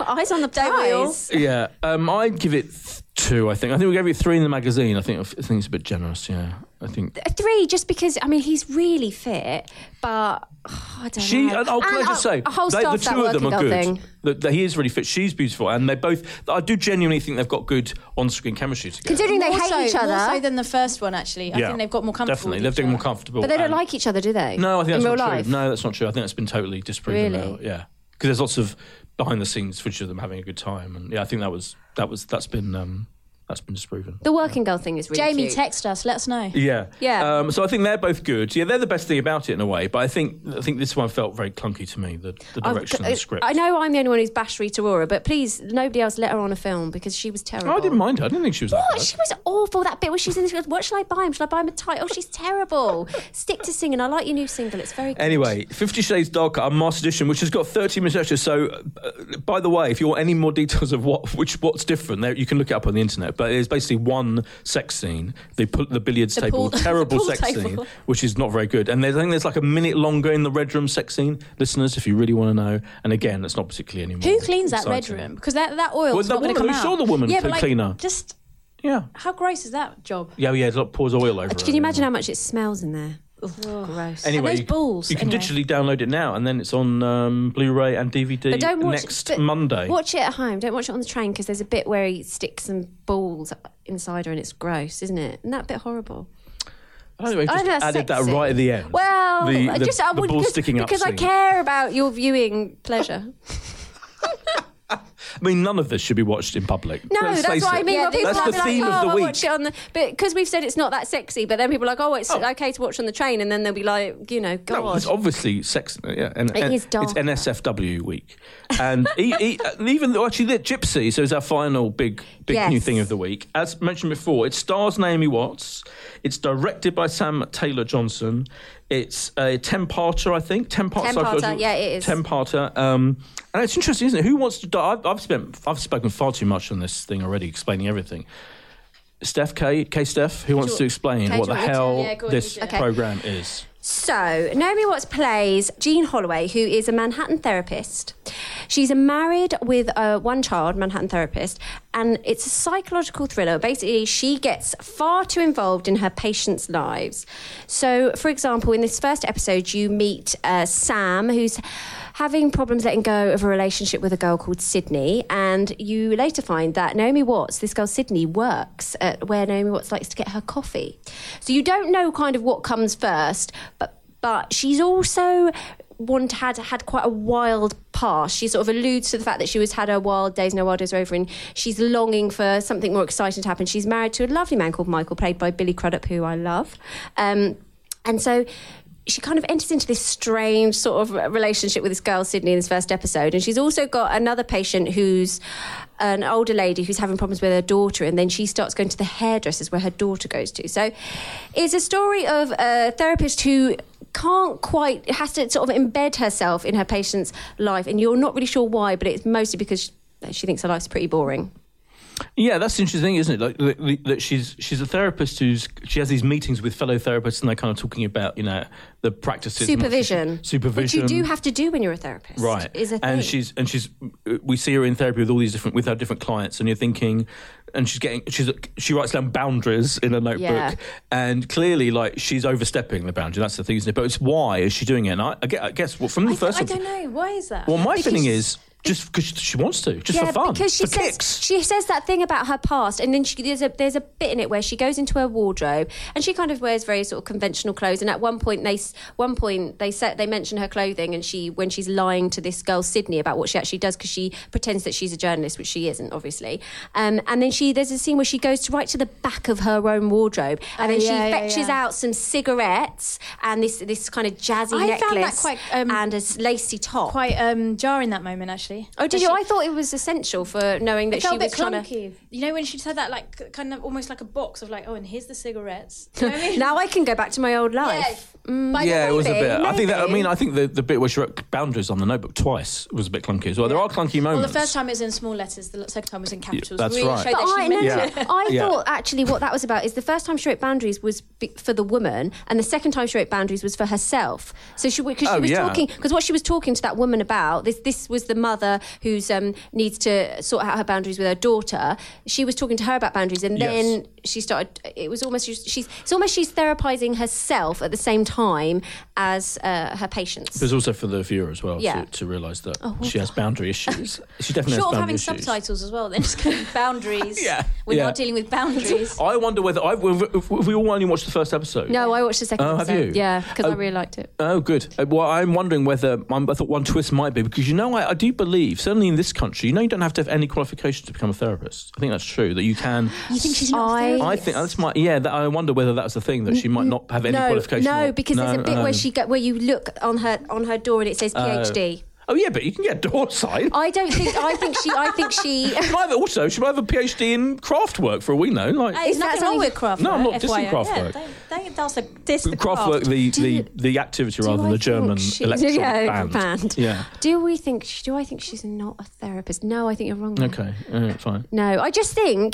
eyes on the Don't we all? prize. Yeah, um, I'd give it th- two. I think. I think we gave it three in the magazine. I think. I think it's a bit generous. Yeah, I think. A Uh, three, just because I mean he's really fit, but oh, I don't She know. and oh, can I just uh, say a whole they- staff the that two of them working are girl good. thing. The- the- he is really fit. She's beautiful, and they both. I do genuinely think they've got good on-screen chemistry together. Considering they More hate so- each More so other, than the first one, actually. I think they've got more comfortable. Definitely, with they've each been more other. comfortable. but they don't and- like each other, do they? Um, No, I think in that's real not life. true. No, that's not true. I think that's been totally disproven. Really? now, Yeah, because there's lots of behind-the-scenes footage of them having a good time, and yeah, I think that was that was that's been um, that's been disproven. The working girl thing is really Jamie, cute. text us. Let us know. Yeah. Yeah. Um, so I think they're both good. Yeah, they're the best thing about it in a way. But I think I think this one felt very clunky to me. The, the I've- direction of Oh, I- the script. uh, I know I'm the only one who's bashed Rita Ora, but please, nobody else let her on a film because she was terrible. Oh, I didn't mind her. I didn't think she was that Oh, bad. she was awful. That bit where she's in this, what shall I buy him? Shall I buy him a tie? Oh, she's terrible. Stick to singing. I like your new single. It's very good. Anyway, Fifty Shades Darker, our Master Edition, which has got 30 minutes extra. So, uh, by the way, if you want any more details of what which what's different, there, you can look it up on the internet. But it's basically one sex scene, the pu- the billiards table, pool- the terrible pool sex table. scene, which is not very good. And there's, I think there's like a minute longer in the red room sex scene, listeners, if you really want to know. And again, it's not particularly anymore. Who cleans that red exciting. room? Because that that oil. Well, the not going to woman- come we out. saw the woman yeah, to but like, clean her. Just Yeah. how gross is that job? Yeah, yeah, it like, pours oil Uh, over Can you imagine how much it smells in there? gross. Anyway, those you- balls, You can anyway. digitally download it now, and then it's on um, Blu-ray and DVD But don't watch next but Monday. Watch it at home. Don't watch it on the train because there's a bit where he sticks some balls inside her and it's gross, isn't it? Isn't that a bit horrible? I don't know. I Just think Oh, that's added sexy. that right at the end. Well, the, I the- just I the would balls because, sticking up because I scene. care about your viewing pleasure. I mean, none of this should be watched in public. No, Let's that's face what I it. mean. Yeah, Well, this people is are the like, theme oh, of the I week. watch it on the, but because we've said it's not that sexy, but then people are like, oh, it's Oh. okay to watch on the train, and then they'll be like, you know, God. No, it's obviously sex. Yeah, and, It and is dark. It's NSFW week, and e, e, and even though actually the Gypsy, so it's our final big, big Yes. new thing of the week. As mentioned before, it stars Naomi Watts. It's directed by Sam Taylor Johnson. It's a ten-parter, I think. Ten-part. Ten-parter, psychological- yeah, it is. Ten-parter. Um, and it's interesting, isn't it? Who wants to die? I've, I've spent, I've spoken far too much on this thing already, explaining everything. Steph K, K Steph, who wants you- to explain Kay, what do the you want me to? hell Yeah, go on, this you do it. Okay. program is? So, Naomi Watts plays Jean Holloway, who is a Manhattan therapist. She's a married with a one child Manhattan therapist, and it's a psychological thriller. Basically, she gets far too involved in her patients' lives. So, for example, in this first episode, you meet uh, Sam, who's having problems letting go of a relationship with a girl called Sydney, and you later find that Naomi Watts, this girl Sydney, works at where Naomi Watts likes to get her coffee. So you don't know kind of what comes first, but but she's also one had had quite a wild past. She sort of alludes to the fact that she was had her wild days and her wild days are over, and she's longing for something more exciting to happen. She's married to a lovely man called Michael, played by Billy Crudup, who I love, um, and so. She kind of enters into this strange sort of relationship with this girl, Sydney, in this first episode. And she's also got another patient who's an older lady who's having problems with her daughter, and then she starts going to the hairdressers where her daughter goes to. So it's a story of a therapist who can't quite has to sort of embed herself in her patient's life, and you're not really sure why, but it's mostly because she, she thinks her life's pretty boring. Yeah, that's the interesting, thing, isn't it? Like th- th- that she's she's a therapist who's she has these meetings with fellow therapists, and they're kind of talking about you know the practices, and what's- Supervision, which supervision. you do have to do when you're a therapist, right? Is a and thing. she's and she's we see her in therapy with all these different with her different clients, and you're thinking, and she's getting she's she writes down boundaries in a notebook, Yeah. and clearly like she's overstepping the boundary. That's the thing, isn't it? But it's why is she doing it? And I, I guess, I guess well, from the first. I don't know. Why is that? Well, my Because feeling she's- is just because she wants to, just for fun, because she for says kicks. she says that thing about her past, and then she, there's a there's a bit in it where she goes into her wardrobe and she kind of wears very sort of conventional clothes. And at one point they s- one point they set they mention her clothing, and she when she's lying to this girl Sydney about what she actually does because she pretends that she's a journalist, which she isn't, obviously. Um, and then she there's a scene where she goes to right to the back of her own wardrobe, and Oh, then yeah, yeah, she fetches yeah. out some cigarettes and this this kind of jazzy I necklace found that quite, um, and a s- lacy top. Quite um, jarring that moment, actually. Oh, did She- you? I thought it was essential for knowing that It felt she a was bit trying to. clunky. You know when she just had that like k- kind of almost like a box of like, oh, and here's the cigarettes. You know what I mean? now I can go back to my old life. Mm, But I Yeah, don't it was a know. bit. I think that. I maybe. mean, I think the, the bit where she wrote boundaries on the notebook twice was a bit clunky as well. There are clunky moments. Well, the first time it was in small letters. The second time was in capitals. that's really right. showed But that she Oh, I, no, meant no, Yeah. it. no. I Yeah. thought actually what that was about is the first time she wrote boundaries was be- for the woman, and the second time she wrote boundaries was for herself. So she because she Oh, was yeah. talking because what she was talking to that woman about this this was the mother who's um, needs to sort out her boundaries with her daughter. She was talking to her about boundaries, and Yes. then she started. It was almost she's she's- it's almost she's therapizing herself at the same time as uh, her patients. There's also for the viewer as well Yeah. Oh, to, to realise that she has boundary issues. She definitely Short has boundary of having issues. subtitles as well, then just kind of boundaries. Yeah. We're Yeah. not dealing with boundaries. I wonder whether I've, if if we all only watched the first episode. No, I watched the second Oh, have episode. you? Yeah, because I Oh. really liked it. Oh, good. Uh, Well, I'm wondering whether um, I thought one twist might be because you know I, I do believe certainly in this country you know you don't have to have any qualifications to become a therapist. I think that's true that you can. You think she's not not? I- I think that's my yeah. That, I wonder whether that's the thing that she might not have any No, qualifications. no, because there's a bit where she go, where you look on her on her door and it says PhD. um, Oh yeah, but you can get a door sign. I don't think. I think she. I think she. She might have also she might have a PhD in craft work for all we know. Like Hey, there's Is that nothing wrong something- with craft No, I'm work, not dissing FYI. craft yeah, work. Don't, don't diss the, diss the craft craft. work, the, Do the, you- the activity do rather I than the think German she- electronic yeah, band. band. Yeah. Do we think? sh- Do I think she's not a therapist? No, I think you're wrong. there. Okay. Uh, fine. No, I just think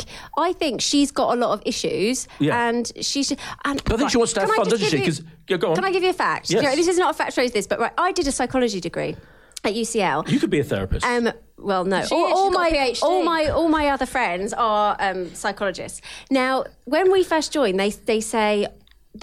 I think she's got a lot of issues, Yeah. and she should. And But I think she wants to have can I fun, just doesn't give she? you- 'Cause- yeah, go on. Can I give you a fact? Yes. No, this is not a fact. Shows this, but right, I did a psychology degree at UCL, You could be a therapist. Um, well, no. She- all, she's all got a my PhD. all my all my other friends are um, psychologists. Now, when we first joined, they they say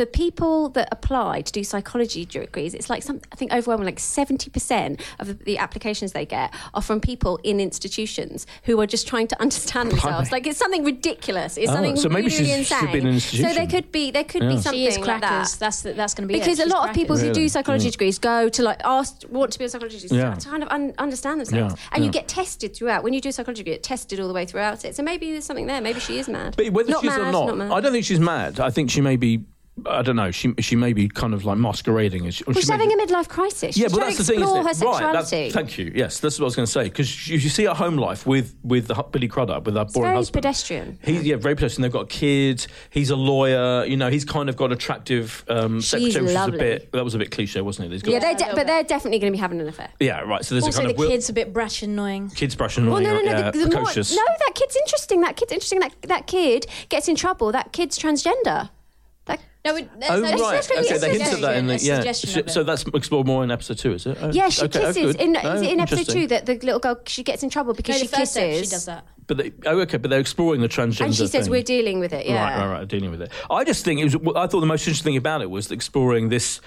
the people that apply to do psychology degrees, it's like some, I think overwhelming, like 70% of the applications they get are from people in institutions who are just trying to understand themselves. Like it's something ridiculous. It's Oh, something so maybe really she should insane. be in an So there institution. could be, there could Yeah. be She something She is like that. crackers. That's the, that's going to be Because it. a She's lot of people crackers. who Really? do psychology degrees go to like ask want to be a psychologist to- Mm. Yeah. to kind of un- understand themselves, Yeah, and you yeah. get tested throughout. When you do psychology, you get tested all the way throughout it. So maybe there's something there. Maybe she is mad. But whether not she's mad, or not, mad. I don't think she's mad. I think she may be. I don't know. She she may be kind of like masquerading. As, or Well, she she's may having be- a midlife crisis. yeah, she's but trying that's the to thing, explore isn't it? her Right, that's- sexuality. thank you. Yes, that's what I was going to say. Because you, you see her home life with with the, hu- Billy Crudup, with that boring very husband. pedestrian. He's yeah, very pedestrian. They've got a kid. He's a lawyer. You know, he's kind of got attractive um, secretary, which lovely. is a bit. That was a bit cliche, wasn't it? He's got, yeah, yeah, they're a de- little but bit. they're definitely going to be having an affair. right. So there's a Also, kind the of will- kid's a bit brash and annoying. kids brushing Well, on Oh, no, no, no. yeah, the, the more, precocious. no, that kid's interesting. That kid's interesting. That that kid gets in trouble. That kid's transgender. That No, it- there's Oh no- right, just gonna be okay. a They hinted at that in suggestion, the a yeah. suggestion So, of it. so that's explored more in episode two, is it? Oh, yeah, she okay, oh, good. kisses in, Oh, is it in episode interesting. two that the little girl she gets in trouble No, because the she first kisses. step, she does that. But they, oh, okay, but they're exploring the transgender. And she says thing. we're dealing with it. Yeah. Right, right, right. Dealing with it. I just think it was. I thought the most interesting thing about it was exploring this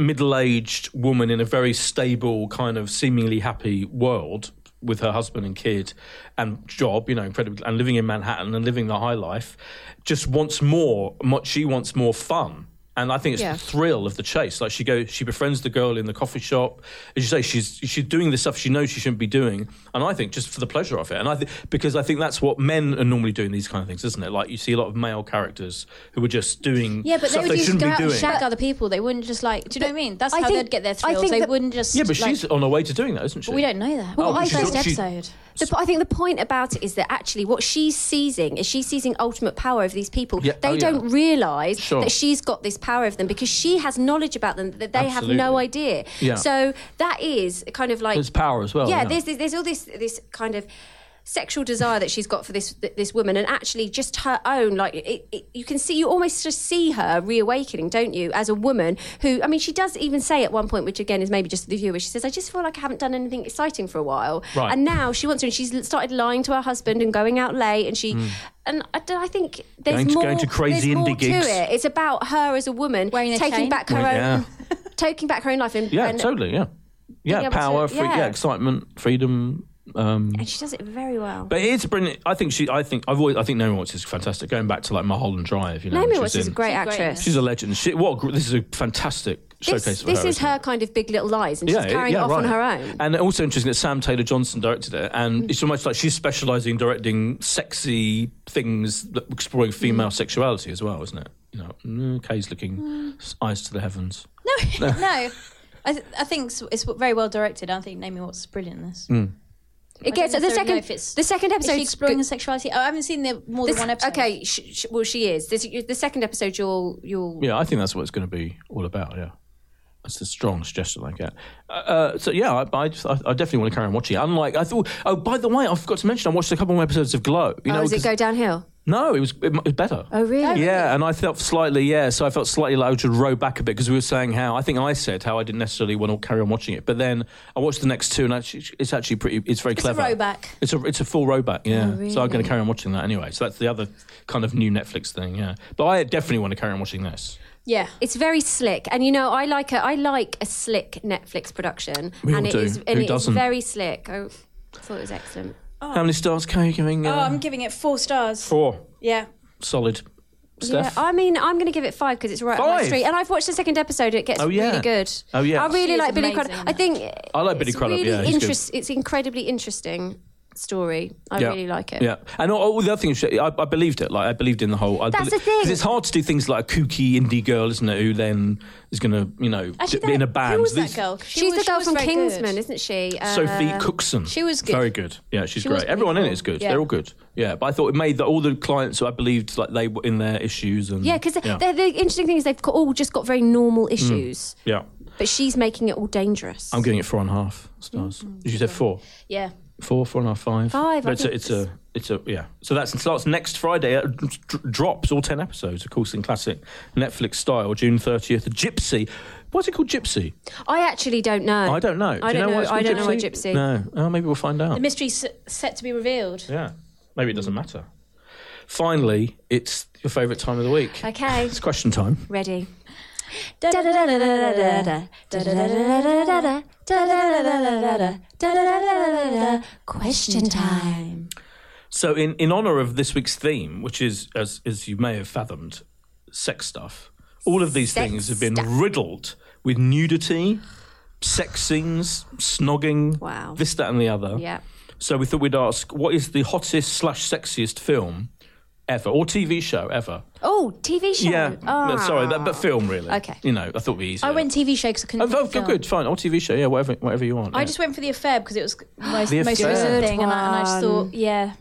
middle-aged woman in a very stable, kind of seemingly happy world with her husband and kid and job. You know, incredibly, and living in Manhattan and living the high life. Just wants more. mo- She wants more fun. And I think it's Yeah. the thrill of the chase. Like she goes, she befriends the girl in the coffee shop. As you say, she's she's doing the stuff she knows she shouldn't be doing. And I think just for the pleasure of it. And I think because I think that's what men are normally doing these kind of things, isn't it? Like you see a lot of male characters who are just doing Yeah, but stuff they would just shouldn't go be out and doing. shag other people. They wouldn't just like. Do you know what I mean? That's I how think- they'd get their I thrills. think They that- wouldn't just. yeah, but like- she's on her way to doing that, isn't she? We don't know that. Well, Well, I I she's first not- she- episode. The, po- I think the point about it is that actually what she's seizing is she's seizing ultimate power over these people. Yeah, They oh, yeah. don't realise Sure. that she's got this power over them because she has knowledge about them that they have no Absolutely. idea. Yeah. So that is kind of like There's power as well. yeah, There's, there's there's all this this kind of sexual desire that she's got for this th- this woman, and actually just her own. Like it, it, you can see, you almost just see her reawakening, don't you, as a woman who, I mean, she does even say at one point, which again is maybe just the viewer, she says, "I just feel like I haven't done anything exciting for a while," Right. and now she wants to, and she's l- started lying to her husband and going out late, and she. And I, d- I think there's Hmm. Going to- more. going to crazy there's more indie gigs. to it. It's about her as a woman Wearing a taking chain. back her Well, own, taking back her own life, and, Yeah, and, totally. Yeah, Being yeah. able to- Power, free, yeah. yeah. excitement, freedom. Um, and she does it very well. But it's brilliant. I think she. I think I've always. I think Naomi Watts is fantastic. Going back to like Mulholland Drive, you know. Naomi she's Watts is a in- great She's great in actress. She's a legend. She, what a gr- this is a fantastic showcase this for this her. is isn't her it? kind of big little lies, and she's Yeah, carrying yeah, it off on right. her own. Mm. And also interesting that Sam Taylor Johnson directed it, and it's almost like she's specialising in directing sexy things, that- Mm. exploring female sexuality as well, isn't it? You know, mm, Kay's looking s- eyes to the heavens. No, no. I, th- I think it's, it's very well directed. I think Naomi Watts is brilliant in this. It gets don't necessarily the know second if it's- the second Is episode. she exploring her sexuality? Oh, I haven't seen the more than one episode. Okay, sh- sh- well she is. This, you- the second episode, you'll you'll. Yeah, I think that's what it's going to be all about. Yeah, that's the strong suggestion I get. Uh, uh, so yeah, I, I, just- I, I definitely want to carry on watching. it. Unlike I thought. Oh, by the way, I forgot to mention I watched a couple more episodes of Glow. You oh, know, does it 'cause- go downhill? no, it was it was better. Oh really? Yeah, and I felt slightly, yeah, so I felt slightly like I should row back a bit because we were saying how, I think I said how I didn't necessarily want to carry on watching it. But then I watched the next two and actually, it's actually pretty, it's very It's a Oh, clever. throwback. It's a, it's a full row back, yeah. So I'm going to carry on watching that anyway. So that's the other kind of new Netflix thing, yeah. But I definitely want to carry on watching this. Yeah. It's very slick, and you know I like a I like a slick Netflix production, We and all it do. is Who and it is doesn't? very slick. Oh, I thought it was excellent. How many stars can you giving? Oh, Uh, I'm giving it four stars. four. Yeah. Solid. Steph? Yeah, I mean, I'm going to give it five because it's right up my Five? street. And I've watched the second episode; it gets Oh, yeah. really good. Oh, yeah. I really She is like Billy amazing Crudup. in I that. think I like Billy it's Crudup, Really yeah, he's good. interest- It's incredibly interesting story. I Yeah. really like it. Yeah, and all, all the other thing is, I, I believed it. Like I believed in the whole. I That's belie- the thing. 'cause it's hard to do things like a kooky indie girl, isn't it? Who then is going to, you know, Actually, be in a that- band. Who was These- that girl? She She's was- the she girl was from very good. Kingsman, isn't she? Uh, Sophie Cookson. she was good. Very good. Yeah, she's She was great. pretty Everyone in cool. it is good. Yeah. They're all good. Yeah, but I thought it made that all the clients who I believed like they were in their issues and Yeah, because the, the interesting thing is they've got, all just got very normal issues, yeah, but she's making it all dangerous. Mm. I'm giving it four and a half stars. Mm. You said four, Yeah. four, four and a half, five. Five, I But it's a, think it's a, it's a, yeah. So that starts next Friday. It dr- drops all ten episodes, of course, in classic Netflix style. June thirtieth. Gypsy. What's it called? Gypsy. I actually don't know. I don't know. Do I you don't know. why know. it's I called don't know why Gypsy. Gypsy. No. Oh, maybe we'll find out. The mystery s- set to be revealed. Yeah. Maybe it doesn't matter. Finally, it's your favourite time of the week. Okay, It's question time. ready. Question time. So, in, in honour of this week's theme, which is, as, as you may have fathomed, sex stuff, all of these Sex things have been stuff. riddled with nudity, sex scenes, snogging, Wow. this, that, and the other. Yeah. So, we thought we'd ask what is the hottest slash sexiest film ever or TV show ever? Oh, TV show. Yeah. Uh, Ah. Sorry, that, but film, really. Okay. You know, I thought we easier. I went TV show because I couldn't. Oh, think oh of good, film. good, fine. Or TV show, yeah, whatever, whatever you want. I yeah. just went for the affair because it was my most The Affair. recent thing, and I, and I just Good thought, yeah,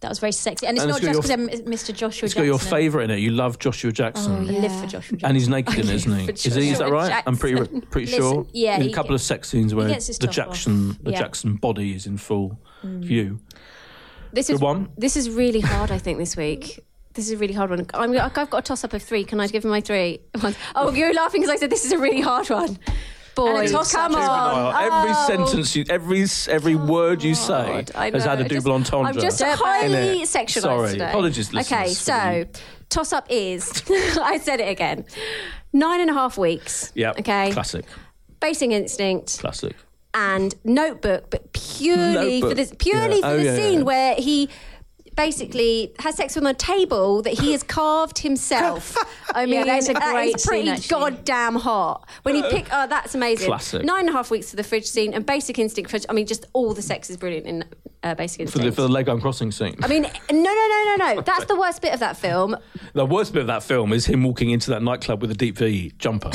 that was very sexy. And it's And it's not just got because I'm Mr. Joshua. It's got your Jackson. favourite in it. You love Joshua Jackson. Oh, I yeah. live for Joshua. Jackson. And he's naked in it, isn't he? for Is, he, is that Joshua right? I'm pretty pretty sure. Listen, yeah, There's a he couple get- of sex scenes where gets his the top off. Jackson the Yeah. Jackson body is in full Mm. view. This Good is one. This is really hard. I think this week. This is a really hard one. I'm, I've got a toss up of three. Can I give him my three? Oh, you're laughing because I said this is a really hard one. Boys, toss-up come as on. well. Oh, every Oh, sentence, you, every every word you say God, I has know. had a Just- double entendre. I'm just Don't highly mind it. sexualized Sorry. today. Apologies, Okay, listeners, for so toss up is I said it again. Nine and a half weeks. yeah. Okay. Classic. Basing instinct Classic. and notebook, but purely Notebook. for this purely Yeah. for Oh, the yeah, scene yeah. where he basically has sex on a table that he has carved himself. I mean, that's a that great is scene, pretty actually. goddamn hot. When he pick, oh, that's amazing. Classic. Nine and a half weeks to the fridge scene and basic instinct. Fridge, I mean, just all the sex is brilliant in uh, basic For instinct. the, for the Lego crossing scene. I mean, no, no, no, no, no. That's the worst bit of that film. the worst bit of that film is him walking into that nightclub with a deep V jumper.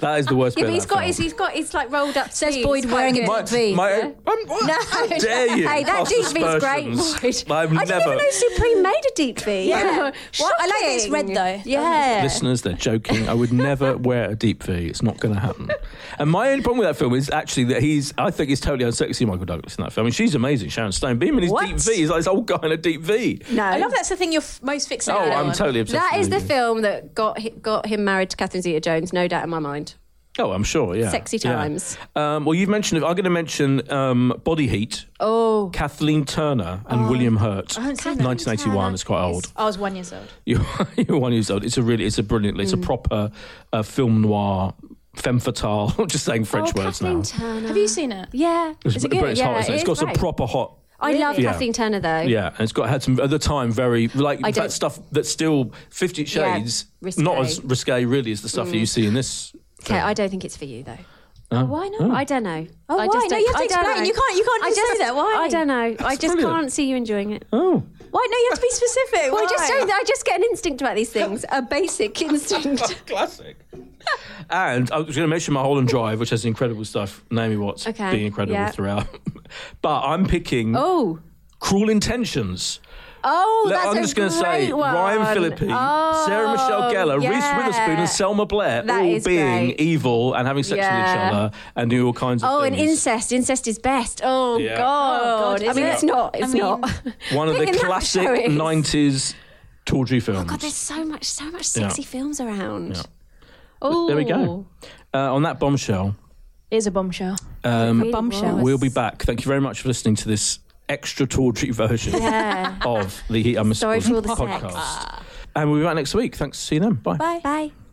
that is the worst Yeah, bit but of he's that got film. his, he's got his like rolled up. Says sleeves. Boyd It's quite wearing good. it. My, V, my, yeah? I'm- what? No. How dare you? Hey, that Cast deep V is great, aspersions. Boyd. I've I didn't never. even know Supreme made a deep V. Yeah. Shocking. I like that it's red, though. Yeah. Listeners, they're joking. I would never wear a deep V. It's not going to happen. And my only problem with that film is actually that he's, I think he's totally unsexy, Michael Douglas, in that film. I mean, she's amazing, Sharon Stone. But him in his What? deep V, he's like this old guy in a deep V. No. I love that's the thing you're f- most fixated Oh, on. I'm totally obsessed That with is the V. film that got hi- got him married to Catherine Zeta-Jones, no doubt in my mind. Oh, I'm sure, yeah. Sexy Yeah. times. Um, well, you've mentioned, I'm going to mention um, Body Heat, Oh, Kathleen Turner, and William Hurt. haven't seen that. 1981, it's quite old. I was one years old. You're, you're one years old. It's a really, it's a brilliant, Mm. it's a proper uh, film noir, femme fatale. I'm just saying French oh, words Kathleen now. Turner. Have you seen it? Yeah. It's, Is it but good? it's yeah, hot, isn't it? it has got is some great. proper hot. I love Yeah. Kathleen Turner though. Yeah, and it's got had some at the time very like I that don't- stuff that's still Fifty Yeah, Shades, risque. Mm. not as risque really as the stuff that you see in this. Okay, film. I don't think it's for you though. Oh. Why not? I don't know. Oh, I why? just No, don't- you have to I don't explain. know. You can't- you can't I just just say that. Why? I don't know. I just brilliant. can't see you enjoying it. Oh, Why? No, you have to be specific. Well, Why? I just don't. I just get an instinct about these things, a basic instinct. classic. and I was going to mention Mulholland Drive, which has incredible stuff. Naomi Watts Okay, being incredible yeah. throughout. but I'm picking Oh, Cruel Intentions. oh, Look, that's I'm a Oh, just going going to to say Ryan Phillippe, Sarah Michelle Gellar, Reese Witherspoon, and Selma Blair That all is being great. evil and having sex with Yeah. each other and doing all kinds of Oh, and things. incest. Incest is best. Oh Yeah. God. Oh, God, I is mean, it? it's not. It's I mean- not. One of the Picking that classic show is- 90s tawdry films. God, there's so much, so much Yeah. sexy films around. Yeah. Oh, there we go. Uh, on that bombshell, It is a bombshell. um, Really Bombshell. was. we'll be back. Thank you very much for listening to this extra tawdry version Yeah. of the Heat I Must Sorry for all the sex. podcast. And we'll be back next week. Thanks. See you then. Bye. Bye. Bye.